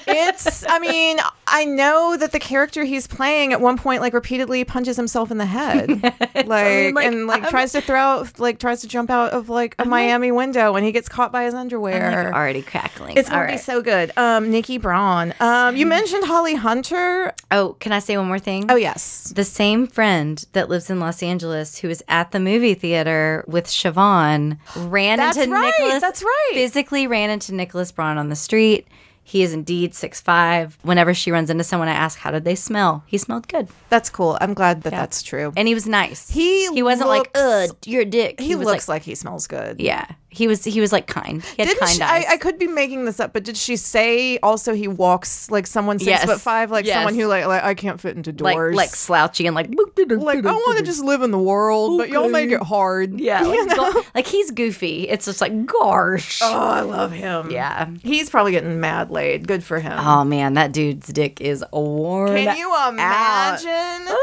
S2: it's i mean i know that the character he's playing at one point like repeatedly punches himself in the head like,
S3: like,
S2: and like tries to throw out like tries to jump out of like a miami window and he gets caught by his underwear
S3: Already crackling.
S2: it's
S3: All
S2: gonna be
S3: right.
S2: so good um nikki braun um you mentioned holly hunter
S3: oh, can I say one more thing?
S2: oh yes
S3: the same friend that lives in Los Angeles who was at the movie theater with Siobhan ran
S2: That's
S3: into
S2: right,
S3: Nicholas.
S2: that's right.
S3: Physically ran into Nicholas Braun on the street. He is indeed six five. Whenever she runs into someone, I ask, "How did they smell?" He smelled good,
S2: that's cool i'm glad that that's true
S3: and he was nice.
S2: He
S3: he wasn't like,
S2: looks-
S3: "Ugh, you're a dick."
S2: he,
S3: was
S2: looks like, he smells good
S3: yeah. He was he was like kind. He had
S2: Didn't
S3: kind
S2: she,
S3: eyes.
S2: I, I could be making this up, but did she say also he walks like someone six
S3: Yes.
S2: foot five, like
S3: Yes.
S2: someone who like, like I can't fit into
S3: like
S2: doors,
S3: like slouchy and like
S2: like oh, I want to just live in the world, but y'all make it hard.
S3: yeah
S2: You
S3: like,
S2: know?
S3: go- like he's goofy. It's just like gosh.
S2: Oh, I love him.
S3: Yeah.
S2: He's probably getting mad laid. Good for him.
S3: Oh man, that dude's dick is worn.
S2: Can you imagine?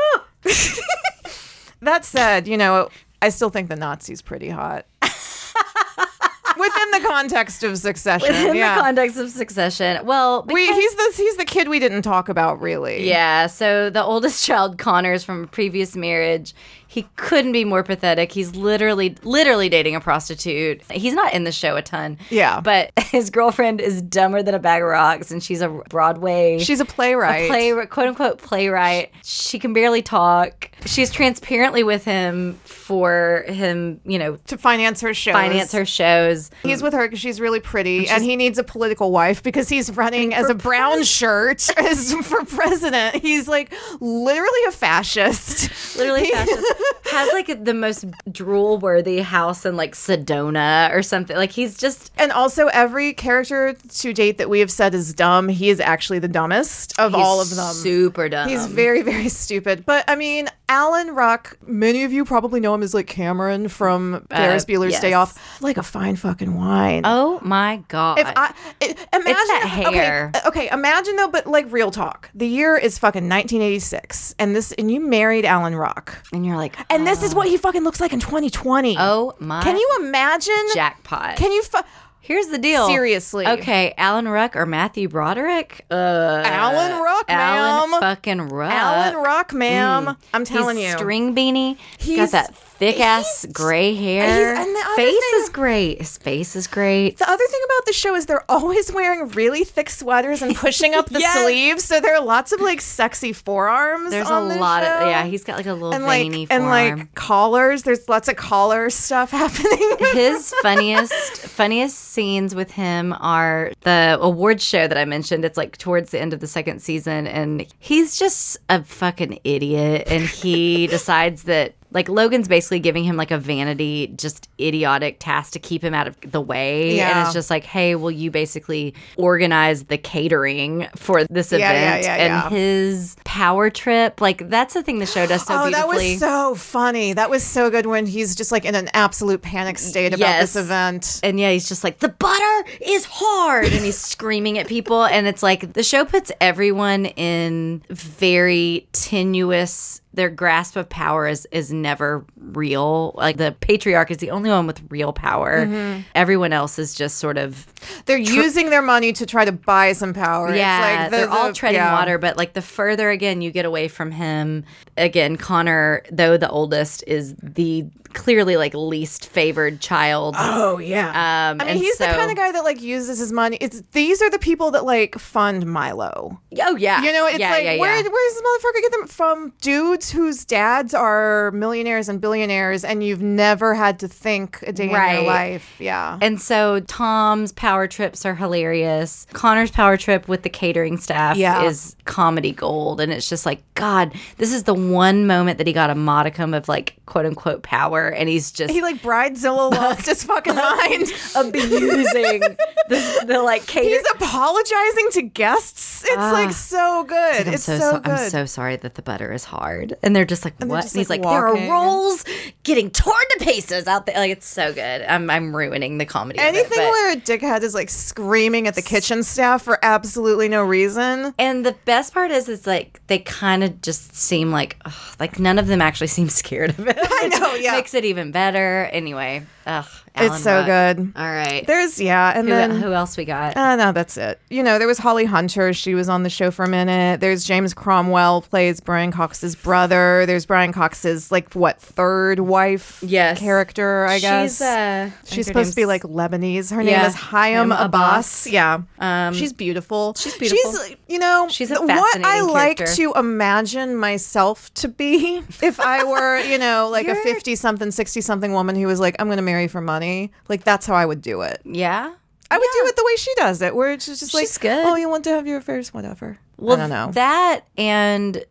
S2: that said, you know, I still think the Nazi's pretty hot. Within the context of succession.
S3: in
S2: yeah.
S3: the context of Succession? Well,
S2: we,
S3: because-
S2: he's the he's the kid we didn't talk about really.
S3: yeah. So the oldest child, Connor, is from a previous marriage. He couldn't be more pathetic. He's literally, literally dating a prostitute. He's not in the show a ton.
S2: Yeah.
S3: but his girlfriend is dumber than a bag of rocks, and she's a Broadway.
S2: She's a playwright.
S3: play quote unquote playwright. She can barely talk. She's transparently with him for him, you know,
S2: to finance her shows.
S3: finance her shows.
S2: He's with her because she's really pretty, and he needs a political wife because he's running as a brown shirt as for president. He's like literally a fascist.
S3: literally fascist. has like the most drool worthy house in like Sedona or something. Like he's just
S2: And also, every character to date that we have said is dumb. He is actually the dumbest of
S3: he's
S2: all of them.
S3: Super dumb.
S2: He's very, very stupid. But I mean, Alan Ruck, many of you probably know him as like Cameron from Ferris Bueller's Day
S3: Uh, yes.
S2: Off. Like a fine fucking wine.
S3: Oh my god.
S2: If I, i- imagine
S3: that
S2: okay,
S3: hair.
S2: uh, Okay, imagine though, but like real talk. The year is fucking 1986, and this, and you married Alan Rock,
S3: and you're like,
S2: and this is what he fucking looks like in 2020.
S3: oh my
S2: can you imagine?
S3: jackpot.
S2: Can you? Fu-
S3: Here's the deal.
S2: Seriously.
S3: Okay, Alan Ruck or Matthew Broderick? Uh
S2: Alan Ruck,
S3: Alan
S2: ma'am.
S3: fucking Ruck.
S2: Alan Rock, ma'am. I'm
S3: Uh, mm, He's
S2: telling you.
S3: string beanie. He's
S2: He's-
S3: got that thick ass
S2: he's-
S3: gray hair.
S2: and the other
S3: face
S2: thing-
S3: is great. His face is great.
S2: The other thing about the show is they're always wearing really thick sweaters and pushing up the
S3: Yes.
S2: sleeves, so there are lots of like sexy forearms.
S3: There's a
S2: on this
S3: lot
S2: show.
S3: of yeah. He's got like a little
S2: and like
S3: veiny
S2: and
S3: forearm.
S2: like collars. There's lots of collar stuff happening.
S3: his funniest funniest scenes with him are the award show that I mentioned. It's like towards the end of the second season, and he's just a fucking idiot, and he decides that. Like Logan's basically giving him like a vanity, just idiotic task to keep him out of the way, and
S2: Yeah.
S3: it's just like, hey, will you basically organize the catering for this
S2: yeah,
S3: event?
S2: yeah, yeah.
S3: And his power trip, like that's the thing the show does so
S2: oh, that
S3: beautifully.
S2: was so funny. That was so good when he's just like in an absolute panic state about
S3: Yes.
S2: this event.
S3: And yeah, he's just like, the butter is hard. And he's screaming at people. And it's like, the show puts everyone in very tenuous, their grasp of power is, is never real. Like, the patriarch is the only one with real power.
S2: Mm-hmm.
S3: Everyone else is just sort of,
S2: They're using their money to try to buy some power. It's
S3: yeah,
S2: like the-
S3: they're all
S2: the-
S3: treading
S2: yeah.
S3: water. But like, the further again you get away from him, again, Connor, though the oldest, is the clearly like least favored child.
S2: Oh yeah.
S3: Um,
S2: I mean,
S3: and
S2: he's the
S3: so-
S2: kind of guy that like uses his money. It's these are the people that like fund Milo.
S3: Oh, yeah.
S2: You know, it's
S3: Yeah,
S2: like
S3: yeah,
S2: where
S3: yeah.
S2: where's this motherfucker get them from? Dudes whose dads are millionaires and billionaires, and you've never had to think a day in
S3: Right.
S2: your life. Yeah.
S3: And so Tom's power trips are hilarious. Connor's power trip with the catering staff
S2: Yeah.
S3: is comedy gold. And it's just like, God, this is the one moment that he got a modicum of like quote unquote power. And he's just
S2: he like Bridezilla lost his fucking mind.
S3: abusing the, the like catering.
S2: He's apologizing to guests. It's like so good.
S3: I'm
S2: Ah. it's
S3: so,
S2: so,
S3: so-
S2: good.
S3: I'm so sorry that the butter is hard. And they're just like, what?
S2: just,
S3: and he's
S2: like,
S3: like, there
S2: walking.
S3: are rolls getting torn to pieces out there. Like, it's so good. I'm, I'm ruining the comedy. of it,
S2: Anything
S3: but-
S2: where a dickhead is like screaming at the kitchen staff for absolutely no reason.
S3: And the best part is, it's like they kind of just seem like, ugh, like none of them actually seem scared of it. I
S2: know, yeah.
S3: Makes it even better. Anyway, ugh, Alan
S2: It's so
S3: Ruck.
S2: good.
S3: All right.
S2: There's yeah, and
S3: who,
S2: then
S3: who else we got?
S2: Uh, no, that's it. You know, there was Holly Hunter. She was on the show for a minute. There's James Cromwell plays Brian Cox's brother. There's Brian Cox's like what third wife?
S3: Yes.
S2: character. I guess
S3: She's,
S2: she's
S3: uh, I think her
S2: supposed to be
S3: name's-
S2: like Lebanese. Her name
S3: Yeah.
S2: is Hayam
S3: Hayam
S2: Abbas.
S3: Abbas. Um,
S2: Yeah, she's beautiful. She's
S3: beautiful.
S2: She's you know
S3: She's a
S2: th- what I
S3: fascinating
S2: like
S3: character.
S2: to imagine myself to be if I were you know like a
S3: You're-
S2: fifty something, sixty something woman who was like I'm going to marry for money. Like that's how I would do it.
S3: yeah.
S2: I would do it the way she does it, where it's just like,
S3: She's good.
S2: oh, you want to have your affairs, whatever.
S3: Well,
S2: I don't know.
S3: that and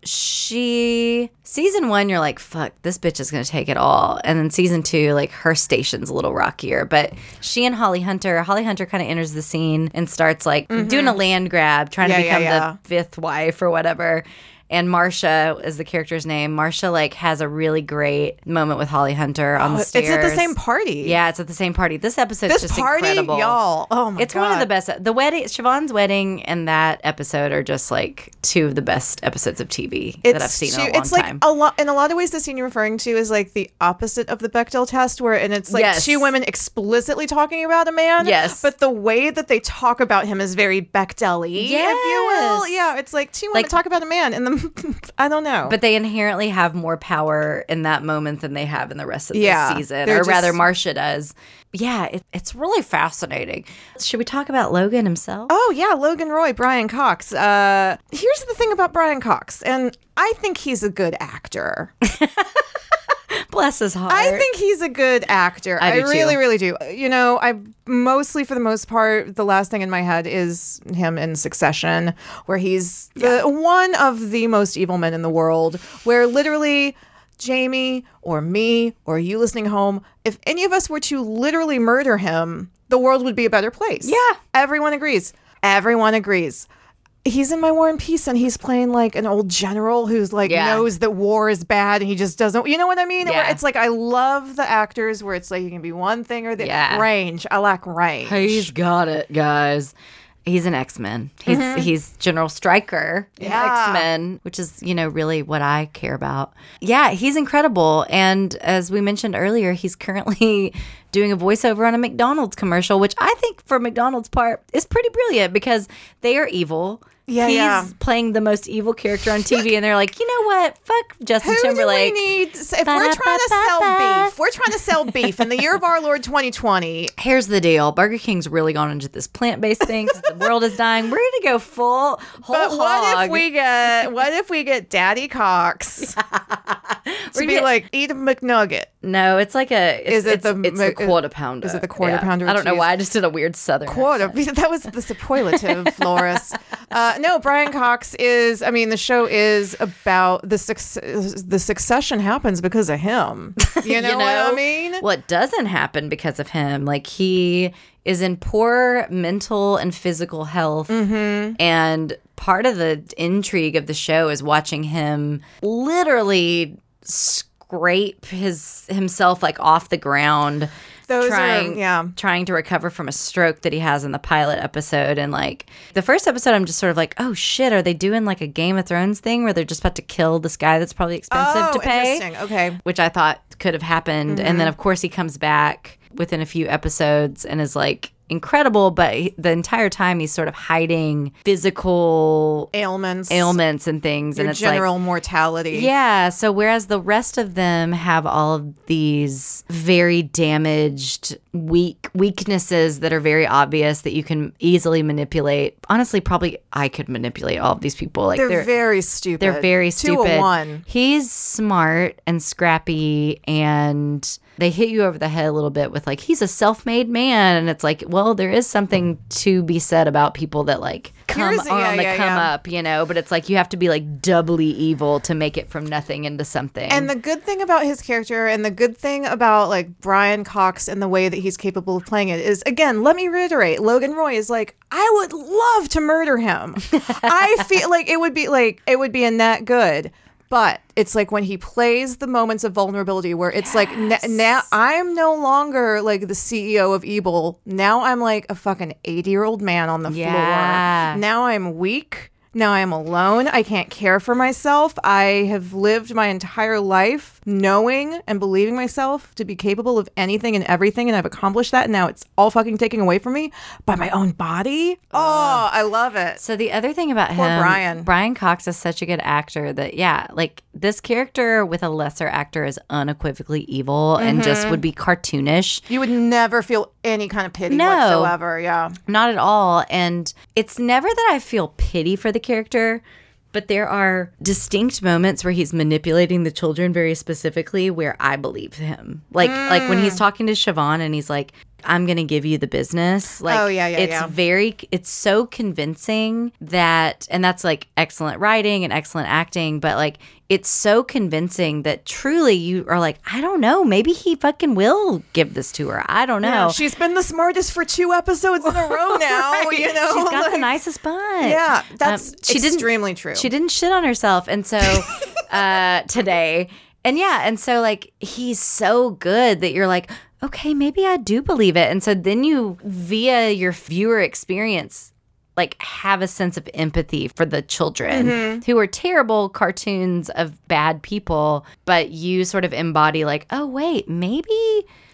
S3: she season one, you're like, fuck, this bitch is gonna take it all. And then season two, like her station's a little rockier, but she and Holly Hunter, Holly Hunter kind of enters the scene and starts like doing a land grab, trying
S2: Mm-hmm. Yeah,
S3: to
S2: yeah,
S3: become
S2: yeah.
S3: the fifth wife or whatever. And Marsha is the character's name. Marsha like has a really great moment with Holly Hunter on the
S2: But
S3: stairs.
S2: Oh, It's at the same party.
S3: Yeah, it's at the same party. This episode's
S2: This
S3: just
S2: party,
S3: incredible.
S2: y'all. Oh my
S3: It's one of
S2: God.
S3: the best. The wedding, Siobhan's wedding, and that episode are just like two of the best episodes of TV that I've seen in a
S2: too-
S3: long
S2: it's like
S3: time.
S2: a lot in a lot of ways the scene you're referring to is like the opposite of the Bechdel test where and it's like
S3: Yes.
S2: two women explicitly talking about a man
S3: Yes.
S2: but the way that they talk about him is very Bechdel-y if you will
S3: Yes.
S2: yeah it's like two women
S3: Like-
S2: talk about a man and the I don't know
S3: but they inherently have more power in that moment than they have in the rest of the
S2: Yeah,
S3: season,
S2: they're
S3: or rather,
S2: just-
S3: Marcia does. Yeah, it, it's really fascinating. Should we talk about Logan himself?
S2: Oh yeah, Logan Roy, Brian Cox. Uh, here's the thing about Brian Cox, and I think he's a good actor.
S3: Bless his heart.
S2: I think he's a good actor. I,
S3: I do too.
S2: really, really do. You know, I mostly, for the most part, the last thing in my head is him in Succession, where he's the one of the most evil men in the world, where literally. Jamie or me or you listening home, if any of us were to literally murder him, the world would be a better place.
S3: Yeah.
S2: Everyone agrees. Everyone agrees. He's in my War and Peace and he's playing like an old general who's like
S3: Yeah.
S2: knows that war is bad and he just doesn't, you know what I mean? Where
S3: Yeah.
S2: It's like I love the actors where it's like you can be one thing or the
S3: Yeah.
S2: range. I lack range.
S3: He's got it, guys. He's an X Men. He's he's General Stryker in
S2: Mm-hmm. Yeah.
S3: X Men, which is you know really what I care about. Yeah, he's incredible. And as we mentioned earlier, he's currently doing a voiceover on a McDonald's commercial, which I think for McDonald's part is pretty brilliant because they are evil.
S2: Yeah,
S3: he's
S2: yeah.
S3: playing the most evil character on TV, and they're like, you know what? Fuck Justin
S2: Who
S3: Timberlake.
S2: do we need? If we're trying to sell beef, we're trying to sell beef in the year of our Lord 2020.
S3: here's the deal Burger King's really gone into this plant based thing 'cause the world is dying. We're going to go full whole
S2: But
S3: hog.
S2: what if we get what if we get Daddy Cox to be
S3: get-
S2: like eat a McNugget?
S3: no, it's like a. It's,
S2: Is it
S3: it's,
S2: the
S3: it's
S2: mi-
S3: the quarter pounder?
S2: is it the quarter pounder
S3: I don't know
S2: cheese?
S3: why I just did a weird southern.
S2: What
S3: accent.
S2: a- that was the superlative, Loris. Uh, no, Brian Cox is. I mean, the show is about the success. The succession happens because of him. You know, what I mean?
S3: What doesn't happen because of him? Like he is in poor mental and physical health,
S2: Mm-hmm.
S3: and part of the intrigue of the show is watching him literally scrape his himself like off the ground.
S2: Those are-
S3: trying,
S2: yeah.
S3: trying to recover from a stroke that he has in the pilot episode, and like the first episode, I'm just sort of like, oh shit, are they doing like a Game of Thrones thing where they're just about to kill this guy that's probably expensive
S2: Oh,
S3: to pay?
S2: interesting. Okay.
S3: which I thought could have happened. And
S2: Mm-hmm.
S3: then, of course, he comes back within a few episodes and is like incredible, but he, the entire time he's sort of hiding physical
S2: Ailments.
S3: ailments and things. and
S2: Your
S3: it's
S2: general
S3: like,
S2: mortality.
S3: yeah. So, whereas the rest of them have all of these very damaged, weak weaknesses that are very obvious that you can easily manipulate. Honestly, probably I could manipulate all of these people. Like,
S2: They're, very stupid.
S3: they're very stupid.
S2: Uh, Two a one.
S3: He's smart and scrappy, and they hit you over the head a little bit with like he's a self-made man, and it's like, well, there is something to be said about people that like come
S2: Here's-
S3: on
S2: yeah,
S3: the
S2: yeah,
S3: come
S2: yeah.
S3: up, you know. But it's like you have to be like doubly evil to make it from nothing into something.
S2: And the good thing about his character and the good thing about like Brian Cox and the way that he's capable of playing it is again, let me reiterate, Logan Roy is like, I would love to murder him. I feel like it would be like it would be a net good. But it's like when he plays the moments of vulnerability where it's like n- now I'm no longer like the CEO of evil. Now I'm like a fucking 80 year old man on the
S3: Yeah.
S2: floor. Now I'm weak. Now I'm alone. I can't care for myself. I have lived my entire life knowing and believing myself to be capable of anything and everything, and I've accomplished that. And now it's all fucking taken away from me by my own body. Oh, I love it.
S3: So the other thing about
S2: Poor
S3: him,
S2: Brian.
S3: Brian Cox is such a good actor that yeah, like this character with a lesser actor is unequivocally evil and
S2: Mm-hmm.
S3: just would be cartoonish.
S2: You would never feel any kind of pity
S3: No.
S2: whatsoever. Yeah.
S3: Not at all. And it's never that I feel pity for the character, but there are distinct moments where he's manipulating the children very specifically where I believe him. Like like when he's
S2: Hmm.
S3: talking to Siobhan and he's like, I'm gonna give you the business. Like
S2: Oh, yeah, yeah,
S3: it's
S2: yeah.
S3: very it's so convincing that and that's like excellent writing and excellent acting, but like it's so convincing that truly you are like, I don't know, maybe he fucking will give this to her. I don't know.
S2: She's been the smartest for two episodes in a row now.
S3: Right.
S2: You know,
S3: she's got the
S2: like-
S3: nicest butt. Um,
S2: Yeah, that's
S3: didn't-
S2: extremely true.
S3: She didn't shit on herself, and so uh, today, and yeah, and so like he's so good that you're like, okay, maybe I do believe it, and so then you via your viewer experience. Like have a sense of empathy for the children
S2: Mm-hmm.
S3: who are terrible cartoons of bad people, but you sort of embody like, oh wait, maybe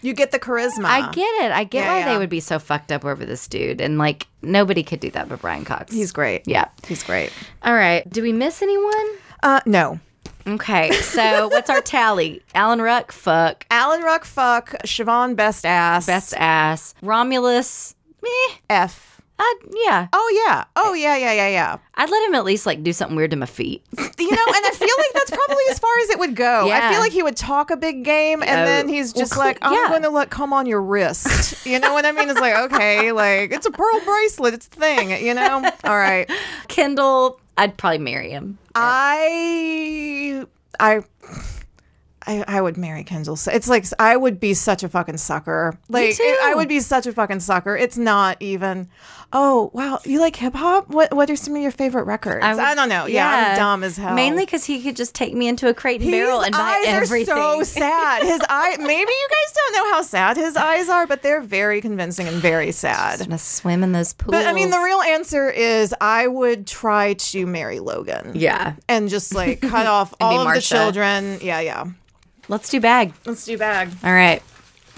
S2: You get the charisma.
S3: I get it. I get
S2: Uh-huh. Yeah,
S3: why
S2: yeah.
S3: they would be so fucked up over this dude. And like nobody could do that but Brian Cox.
S2: He's great.
S3: yeah.
S2: He's great.
S3: All right. Do we miss anyone?
S2: Uh, no.
S3: Okay. So what's our tally? Alan Ruck, fuck.
S2: Alan Ruck, fuck. Siobhan, best ass.
S3: Best ass. Romulus, meh.
S2: F.
S3: I'd, yeah.
S2: Oh, yeah. Oh, yeah, yeah, yeah, yeah.
S3: I'd let him at least like do something weird to my feet.
S2: You know, and I feel like that's probably as far as it would go. I
S3: Yeah.
S2: feel like he would talk a big game and
S3: Oh,
S2: then he's
S3: well,
S2: just
S3: cl-
S2: like, I'm
S3: yeah.
S2: going to let come on your wrist. You know what I mean? It's like, okay, like, it's a pearl bracelet. It's the thing, you know? All right.
S3: Kendall, I'd probably marry him.
S2: I I I, I would marry Kendall. So it's like I would be such a fucking sucker. Like
S3: too.
S2: I would be such a fucking sucker. It's not even. Oh wow, you like hip hop? What What are some of your favorite records? I,
S3: would-
S2: don't know. Yeah, I'm dumb as hell.
S3: Mainly because he could just take me into a crate and
S2: His
S3: barrel and buy
S2: eyes
S3: everything.
S2: are so sad. His eye. Maybe you guys don't know how sad his eyes are, but they're very convincing and very sad.
S3: I'm gonna swim in those pools.
S2: But I mean, the real answer is I would try to marry Logan.
S3: yeah.
S2: And just like cut off all of the
S3: Marsha.
S2: children. Yeah, yeah.
S3: Let's do bag.
S2: Let's do bag.
S3: All right.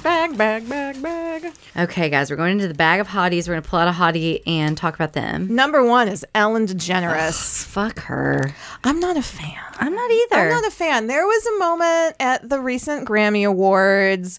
S2: Bag, bag, bag, bag.
S3: Okay, guys, we're going into the bag of hotties. We're gonna pull out a hottie and talk about them.
S2: Number one is Ellen DeGeneres.
S3: Fuck her.
S2: I'm not a fan.
S3: I'm not either.
S2: I'm not a fan. There was a moment at the recent Grammy Awards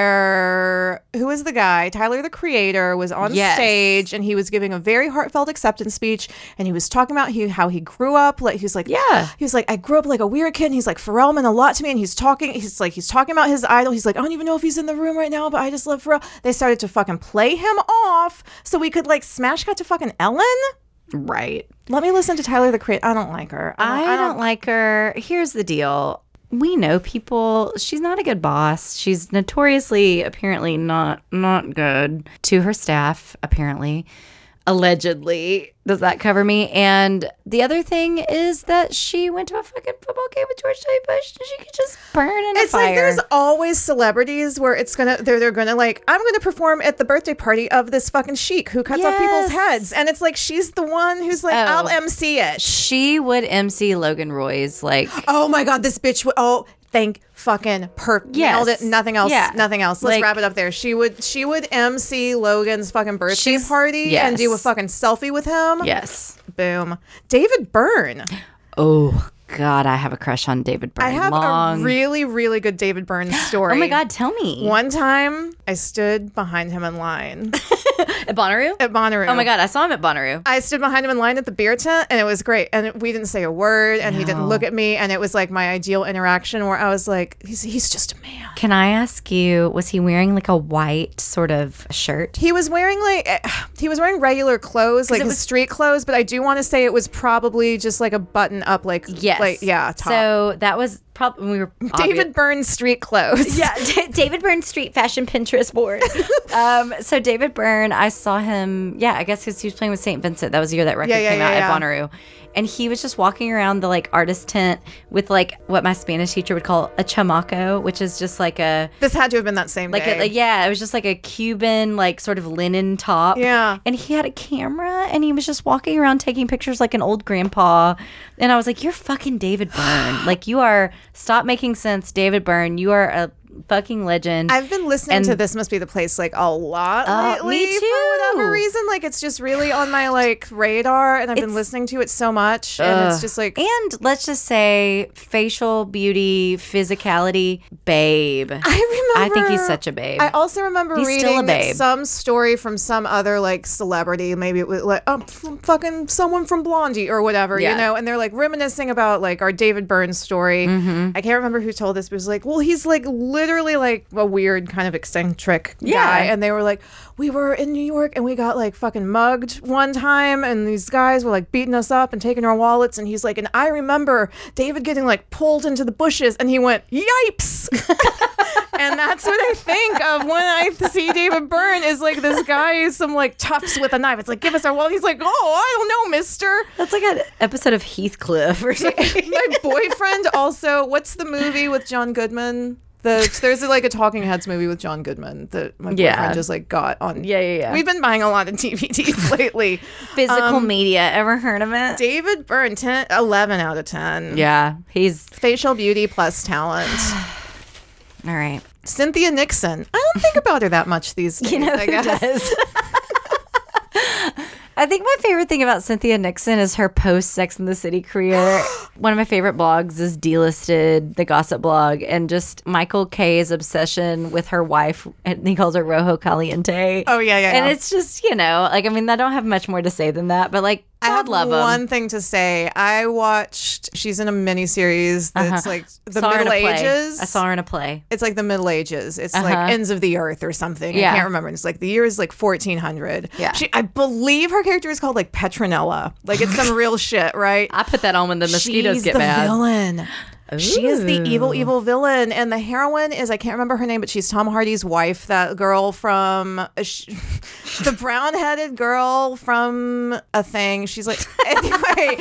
S2: where who was the guy? Tyler the Creator was on
S3: Yes.
S2: stage and he was giving a very heartfelt acceptance speech and he was talking about he, how he grew up. Like he was like,
S3: Yeah.
S2: he was like, I grew up like a weird kid. And he's like, Pharrell meant a lot to me. And he's talking, he's like, he's talking about his idol. He's like, I don't even know if he's in the room right now, but I just love Pharrell. They started to fucking play him off so we could like smash cut to fucking Ellen.
S3: right.
S2: Let me listen to Tyler the Creator. I don't like her.
S3: I
S2: I
S3: don't,
S2: don't, I don't
S3: like her. Here's the deal. We know people. She's not a good boss. She's notoriously apparently not not good to her staff, apparently. Allegedly. Does that cover me? And the other thing is that she went to a fucking football game with George W. Bush and she could just burn in
S2: It's
S3: a fire.
S2: like there's always celebrities where it's gonna they're they're gonna like I'm gonna perform at the birthday party of this fucking chic who cuts off people's
S3: Yes. Oh.
S2: heads, and it's like she's the one who's like I'll MC it.
S3: she would MC Logan Roy's like
S2: Oh my god, this bitch! Would, oh, thank fucking perk.
S3: Yes.
S2: Nailed it. Nothing else.
S3: Yeah.
S2: Nothing else. Let's
S3: Like-
S2: wrap it up there. She would she would MC Logan's fucking birthday
S3: She's-
S2: party and do a
S3: yes.
S2: fucking selfie with him.
S3: Yes.
S2: Boom. David Byrne.
S3: Oh God, I have a crush on David Byrne.
S2: I have
S3: Long.
S2: a really really good David Byrne story.
S3: oh my God, tell me.
S2: One time, I stood behind him in line.
S3: At Bonnaroo?
S2: at Bonnaroo.
S3: oh my God, I saw him at Bonnaroo.
S2: I stood behind him in line at the beer tent, and it was great. And it- we didn't say a word, and he didn't look at me, and it was like my ideal interaction where I was like, "He's he's just a man."
S3: Can I ask you, was he wearing like a white sort of shirt?
S2: He was wearing like eh, he was wearing regular clothes, like his street clothes, but I do want to say it was probably just like a button up, like like yeah, top.
S3: So that was probably we were
S2: David Byrne's street clothes.
S3: Yeah, D- David Byrne street fashion Pinterest board. um, so David Byrne, I saw him. Yeah, I guess because he was playing with Saint Vincent. That was the year that record
S2: Yeah, yeah,
S3: came out
S2: yeah, yeah.
S3: at Bonnaroo, and he was just walking around the like artist tent with like what my Spanish teacher would call a chamaco, which is just like a
S2: This had to have been that same
S3: like
S2: day.
S3: a, like, yeah, it was just like a Cuban like sort of linen top.
S2: Yeah.
S3: and he had a camera and he was just walking around taking pictures like an old grandpa. And I was like, "You're fucking David Byrne. like you are. Stop making sense, David Byrne. You are a fucking legend."
S2: I've been listening
S3: And-
S2: to this must be the place like a lot
S3: Uh,
S2: lately
S3: me
S2: for whatever
S3: too.
S2: reason. Like it's just really on my like radar, and I've been
S3: It's-
S2: listening to it so much, and it's just like
S3: and let's just say facial beauty, physicality, babe.
S2: I
S3: I
S2: remember.
S3: think he's such a babe.
S2: I also remember
S3: He's
S2: reading
S3: still a babe.
S2: some story from some other like celebrity, maybe it was like um, f- fucking someone from Blondie or whatever,
S3: Yeah.
S2: you know. And they're like reminiscing about like our David Byrne story.
S3: Mm-hmm.
S2: I can't remember who told this, but it was like, well, he's like literally like a weird kind of eccentric
S3: Yeah.
S2: guy. And they were like, we were in New York and we got like fucking mugged one time, and these guys were like beating us up and taking our wallets. And he's like, and I remember David getting like pulled into the bushes, and he went, yipes. And that's what I think of when I see David Byrne is like this guy, some like tufts with a knife. It's like, give us our wallet. He's like, oh, I don't know, mister.
S3: That's like an episode of Heathcliff or something.
S2: My boyfriend also, what's the movie with John Goodman? The, there's like a Talking Heads movie with John Goodman that my boyfriend
S3: Yeah.
S2: just like got on.
S3: Yeah, yeah, yeah.
S2: We've been buying a lot of DVDs lately.
S3: Physical
S2: um,
S3: media. Ever heard of it?
S2: David Byrne, 10, 11 out of 10.
S3: yeah, he's
S2: Facial beauty plus talent.
S3: all right.
S2: Cynthia Nixon. I don't think about her that much these days, I
S3: who
S2: guess.
S3: does? I think my favorite thing about Cynthia Nixon is her post Sex in the City career. One of my favorite blogs is Delisted, the gossip blog, and just Michael K's obsession with her wife, and he calls her Rojo Caliente.
S2: Oh, yeah, yeah,
S3: And
S2: yeah.
S3: it's just, you know, like, I mean, I don't have much more to say than that, but like,
S2: I
S3: God
S2: have
S3: love him.
S2: one thing to say. I watched. She's in a mini series that's like the
S3: Uh-huh. Saw her in
S2: Middle
S3: a play.
S2: Ages.
S3: I saw her in a play.
S2: It's like the Middle Ages. It's like ends of the earth or something.
S3: Yeah.
S2: I can't remember. It's like the year is like 1400.
S3: Yeah.
S2: She, I believe her character is called like Petronella. Like it's some real shit, right?
S3: I put that on when the mosquitoes
S2: She's
S3: get
S2: the
S3: bad.
S2: villain. She is the evil, evil villain, and the heroine is I can't remember her name, but she's Tom Hardy's wife, that girl from uh, sh- the brown-headed girl from a thing. She's like anyway.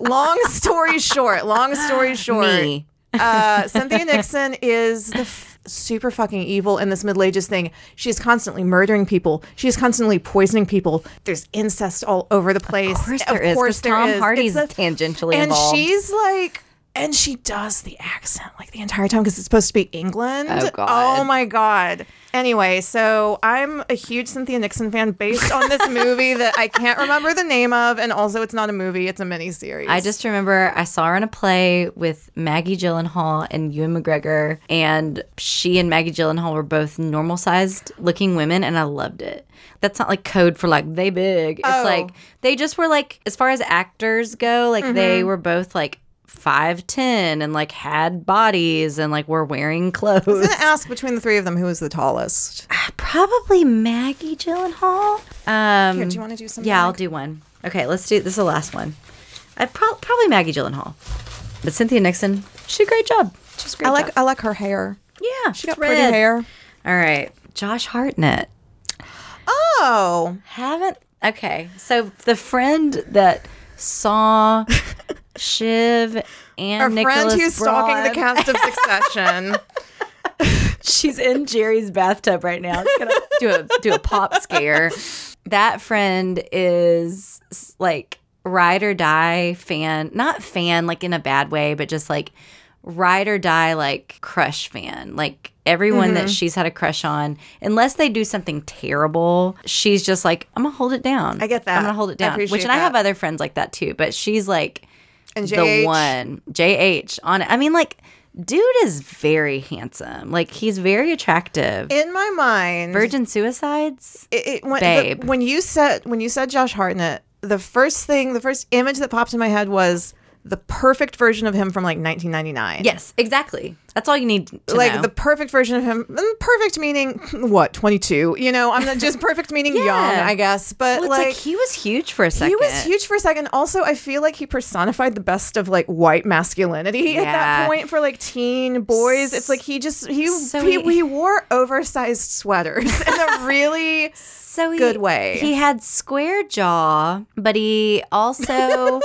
S2: long story short, long story short,
S3: Me.
S2: uh, Cynthia Nixon is the f- super fucking evil in this Middle Ages thing. She's constantly murdering people. She's constantly poisoning people. There's incest all over the place. Of
S3: course there is, 'cause
S2: there
S3: Tom
S2: is.
S3: Hardy's
S2: It's
S3: tangentially
S2: and
S3: involved.
S2: she's like. And she does the accent like the entire time because it's supposed to be England.
S3: Oh, God.
S2: Oh, my God. Anyway, so I'm a huge Cynthia Nixon fan based on this movie that I can't remember the name of. And also, it's not a movie, it's a miniseries.
S3: I just remember I saw her in a play with Maggie Gyllenhaal and Ewan McGregor, and she and Maggie Gyllenhaal were both normal sized looking women, and I loved it. That's not like code for like they big. It's
S2: Oh.
S3: like they just were like, as far as actors go, like they were both like 5'10 and like had bodies and like were wearing
S2: I was
S3: clothes.
S2: gonna ask between the three of them who was the tallest.
S3: Probably Maggie Gyllenhaal. Um,
S2: Here, do you wanna do some,
S3: Yeah, I'll
S2: like-
S3: do one. Okay, let's do this. Is the last one. I pro- probably Maggie Gyllenhaal, but Cynthia Nixon. She did a great job. She's a great.
S2: I like
S3: job.
S2: I like her hair.
S3: Yeah,
S2: She
S3: it's
S2: got pretty
S3: red.
S2: hair.
S3: All right, Josh Hartnett.
S2: Oh,
S3: Haven't. Okay, so the friend that saw Shiv and
S2: our
S3: Nicholas
S2: friend who's stalking the
S3: Braun.
S2: cast of Succession.
S3: She's in Jerry's bathtub right now. It's gonna do a do a pop scare. That friend is s- like ride or die fan, not fan like in a bad way, but just like ride or die like crush fan. Like everyone
S2: Mm-hmm.
S3: that she's had a crush on, unless they do something terrible, she's just like I'm gonna hold it down.
S2: I get that.
S3: I'm gonna hold it
S2: I
S3: down. Which
S2: appreciate
S3: and I have
S2: that.
S3: other friends like that too, but she's like
S2: and
S3: the
S2: JH.
S3: one JH on it. I mean, like, dude is very handsome. Like, he's very attractive.
S2: In my mind,
S3: Virgin suicides.
S2: it, it, when, the-
S3: Babe.
S2: when you said when you said Josh Hartnett, the first thing, the first image that popped in my head was the perfect version of him from like 1999.
S3: Yes, exactly. That's all you need to
S2: like
S3: know.
S2: the perfect version of him. and Perfect meaning what? 22. You know, I'm not just perfect meaning young, I guess. But
S3: Well, it's like,
S2: like
S3: he was huge for a second.
S2: He was huge for a second. Also, I feel like he personified the best of like white masculinity at
S3: Yeah.
S2: that point for like teen boys. It's like he just he
S3: So
S2: he,
S3: he-
S2: he wore oversized sweaters in a really
S3: So he,
S2: Good way.
S3: He had square jaw, but he also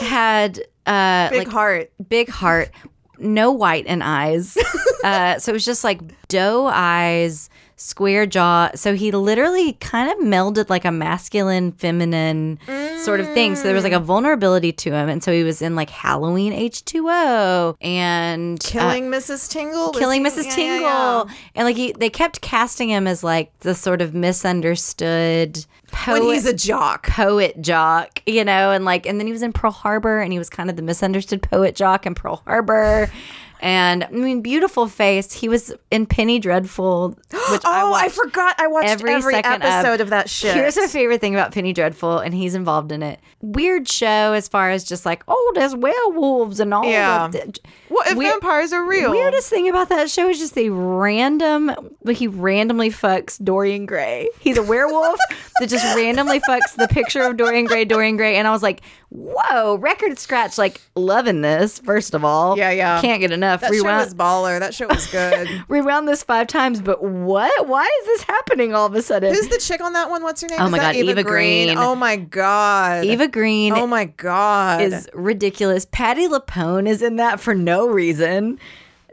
S3: had uh,
S2: big
S3: like
S2: heart.
S3: big heart, no white in eyes. Uh, so it was just like doe eyes, square jaw. So he literally kind of melded like a masculine, feminine sort of thing. So there was like a vulnerability to him. And so he was in like Halloween H2O and uh,
S2: Killing Mrs. Tingle. was
S3: Killing
S2: he-
S3: Mrs.
S2: yeah,
S3: Tingle.
S2: yeah, yeah.
S3: And like he, they kept casting him as like the sort of misunderstood poet
S2: When he's a jock.
S3: poet jock, you know, and like, and then he was in Pearl Harbor and he was kind of the misunderstood poet jock in Pearl Harbor. And I mean, beautiful face. He was in Penny Dreadful, which I
S2: Oh, I,
S3: watched
S2: forgot. I watched every,
S3: every, second
S2: episode of, that shit.
S3: Here's my favorite thing about Penny Dreadful, and he's involved in it. Weird show as far as just like, oh, there's werewolves and all.
S2: Yeah.
S3: That.
S2: what if
S3: Weir-
S2: vampires are real?
S3: Weirdest thing about that show is just the random, like he randomly fucks Dorian Gray. He's a werewolf that just randomly fucks the picture of Dorian Gray, Dorian Gray. And I was like, whoa, record scratch, like loving this, first of all.
S2: Yeah, yeah.
S3: Can't get enough.
S2: That show
S3: Rewound,
S2: was baller. That show was good.
S3: rewound this five times, but what? Why is this happening all of a sudden?
S2: Who's the chick on that one? What's her name?
S3: Oh
S2: Is
S3: my
S2: that
S3: God, Eva Green.
S2: Oh my god,
S3: Eva Green
S2: Oh my god.
S3: is ridiculous. Patty Lapone is in that for no reason.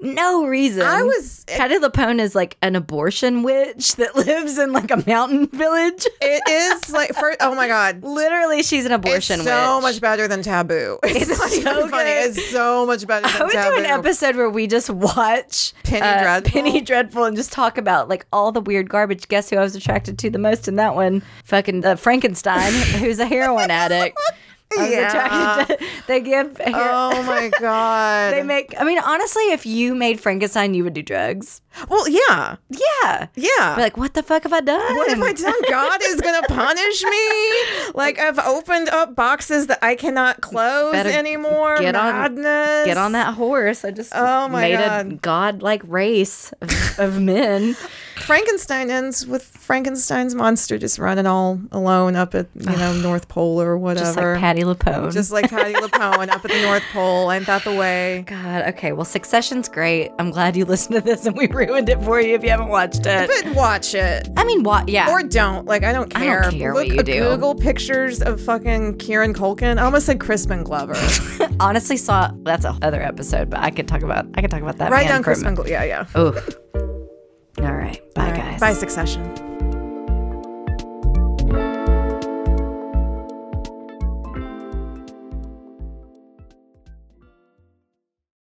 S3: No reason.
S2: I was-
S3: Patty Lapone is like an abortion witch that lives in like a mountain village.
S2: it is like for oh my god.
S3: Literally, she's an abortion
S2: it's so
S3: witch.
S2: much better than taboo. It's,
S3: It's
S2: not
S3: so
S2: even funny.
S3: good.
S2: It's so much better than
S3: I would
S2: taboo.
S3: do an episode where we just watch uh,
S2: Penny Dreadful?
S3: Penny Dreadful and just talk about like all the weird garbage. Guess who I was attracted to the most in that one? Fucking uh, Frankenstein, who's a heroin addict. I was
S2: Yeah.
S3: attracted to. They give.
S2: Oh my god.
S3: They make. I mean, honestly, if you made Frankenstein, you would do drugs.
S2: well, yeah,
S3: Yeah.
S2: yeah.
S3: Be like, what the fuck have I done?
S2: what have I done? God is gonna punish me. Like I've opened up boxes that I cannot close
S3: Better
S2: anymore.
S3: get on-
S2: Madness.
S3: Get on that horse. I just
S2: Oh my
S3: made a
S2: God.
S3: godlike race of, of men.
S2: Frankenstein ends with Frankenstein's monster just running all alone up at you know North Pole or whatever.
S3: Just like Patty LuPone.
S2: Just like Patty LuPone up at the North Pole. I'm that the way.
S3: God, okay. Well, Succession's great. I'm glad you listened to this and we ruined it for you if you haven't watched it.
S2: But watch it.
S3: I mean, what? Yeah.
S2: Or don't. Like, I don't
S3: I don't
S2: care.
S3: care
S2: Look
S3: what you
S2: up-
S3: do.
S2: Google pictures of fucking Kieran Culkin. I almost said Crispin Glover.
S3: honestly saw that's a other episode, but I could talk about I could talk about that.
S2: Write
S3: man
S2: down
S3: for a
S2: Crispin Glover. Yeah, yeah.
S3: Oh. All right. Bye,
S2: All right.
S3: guys.
S2: Bye, Succession.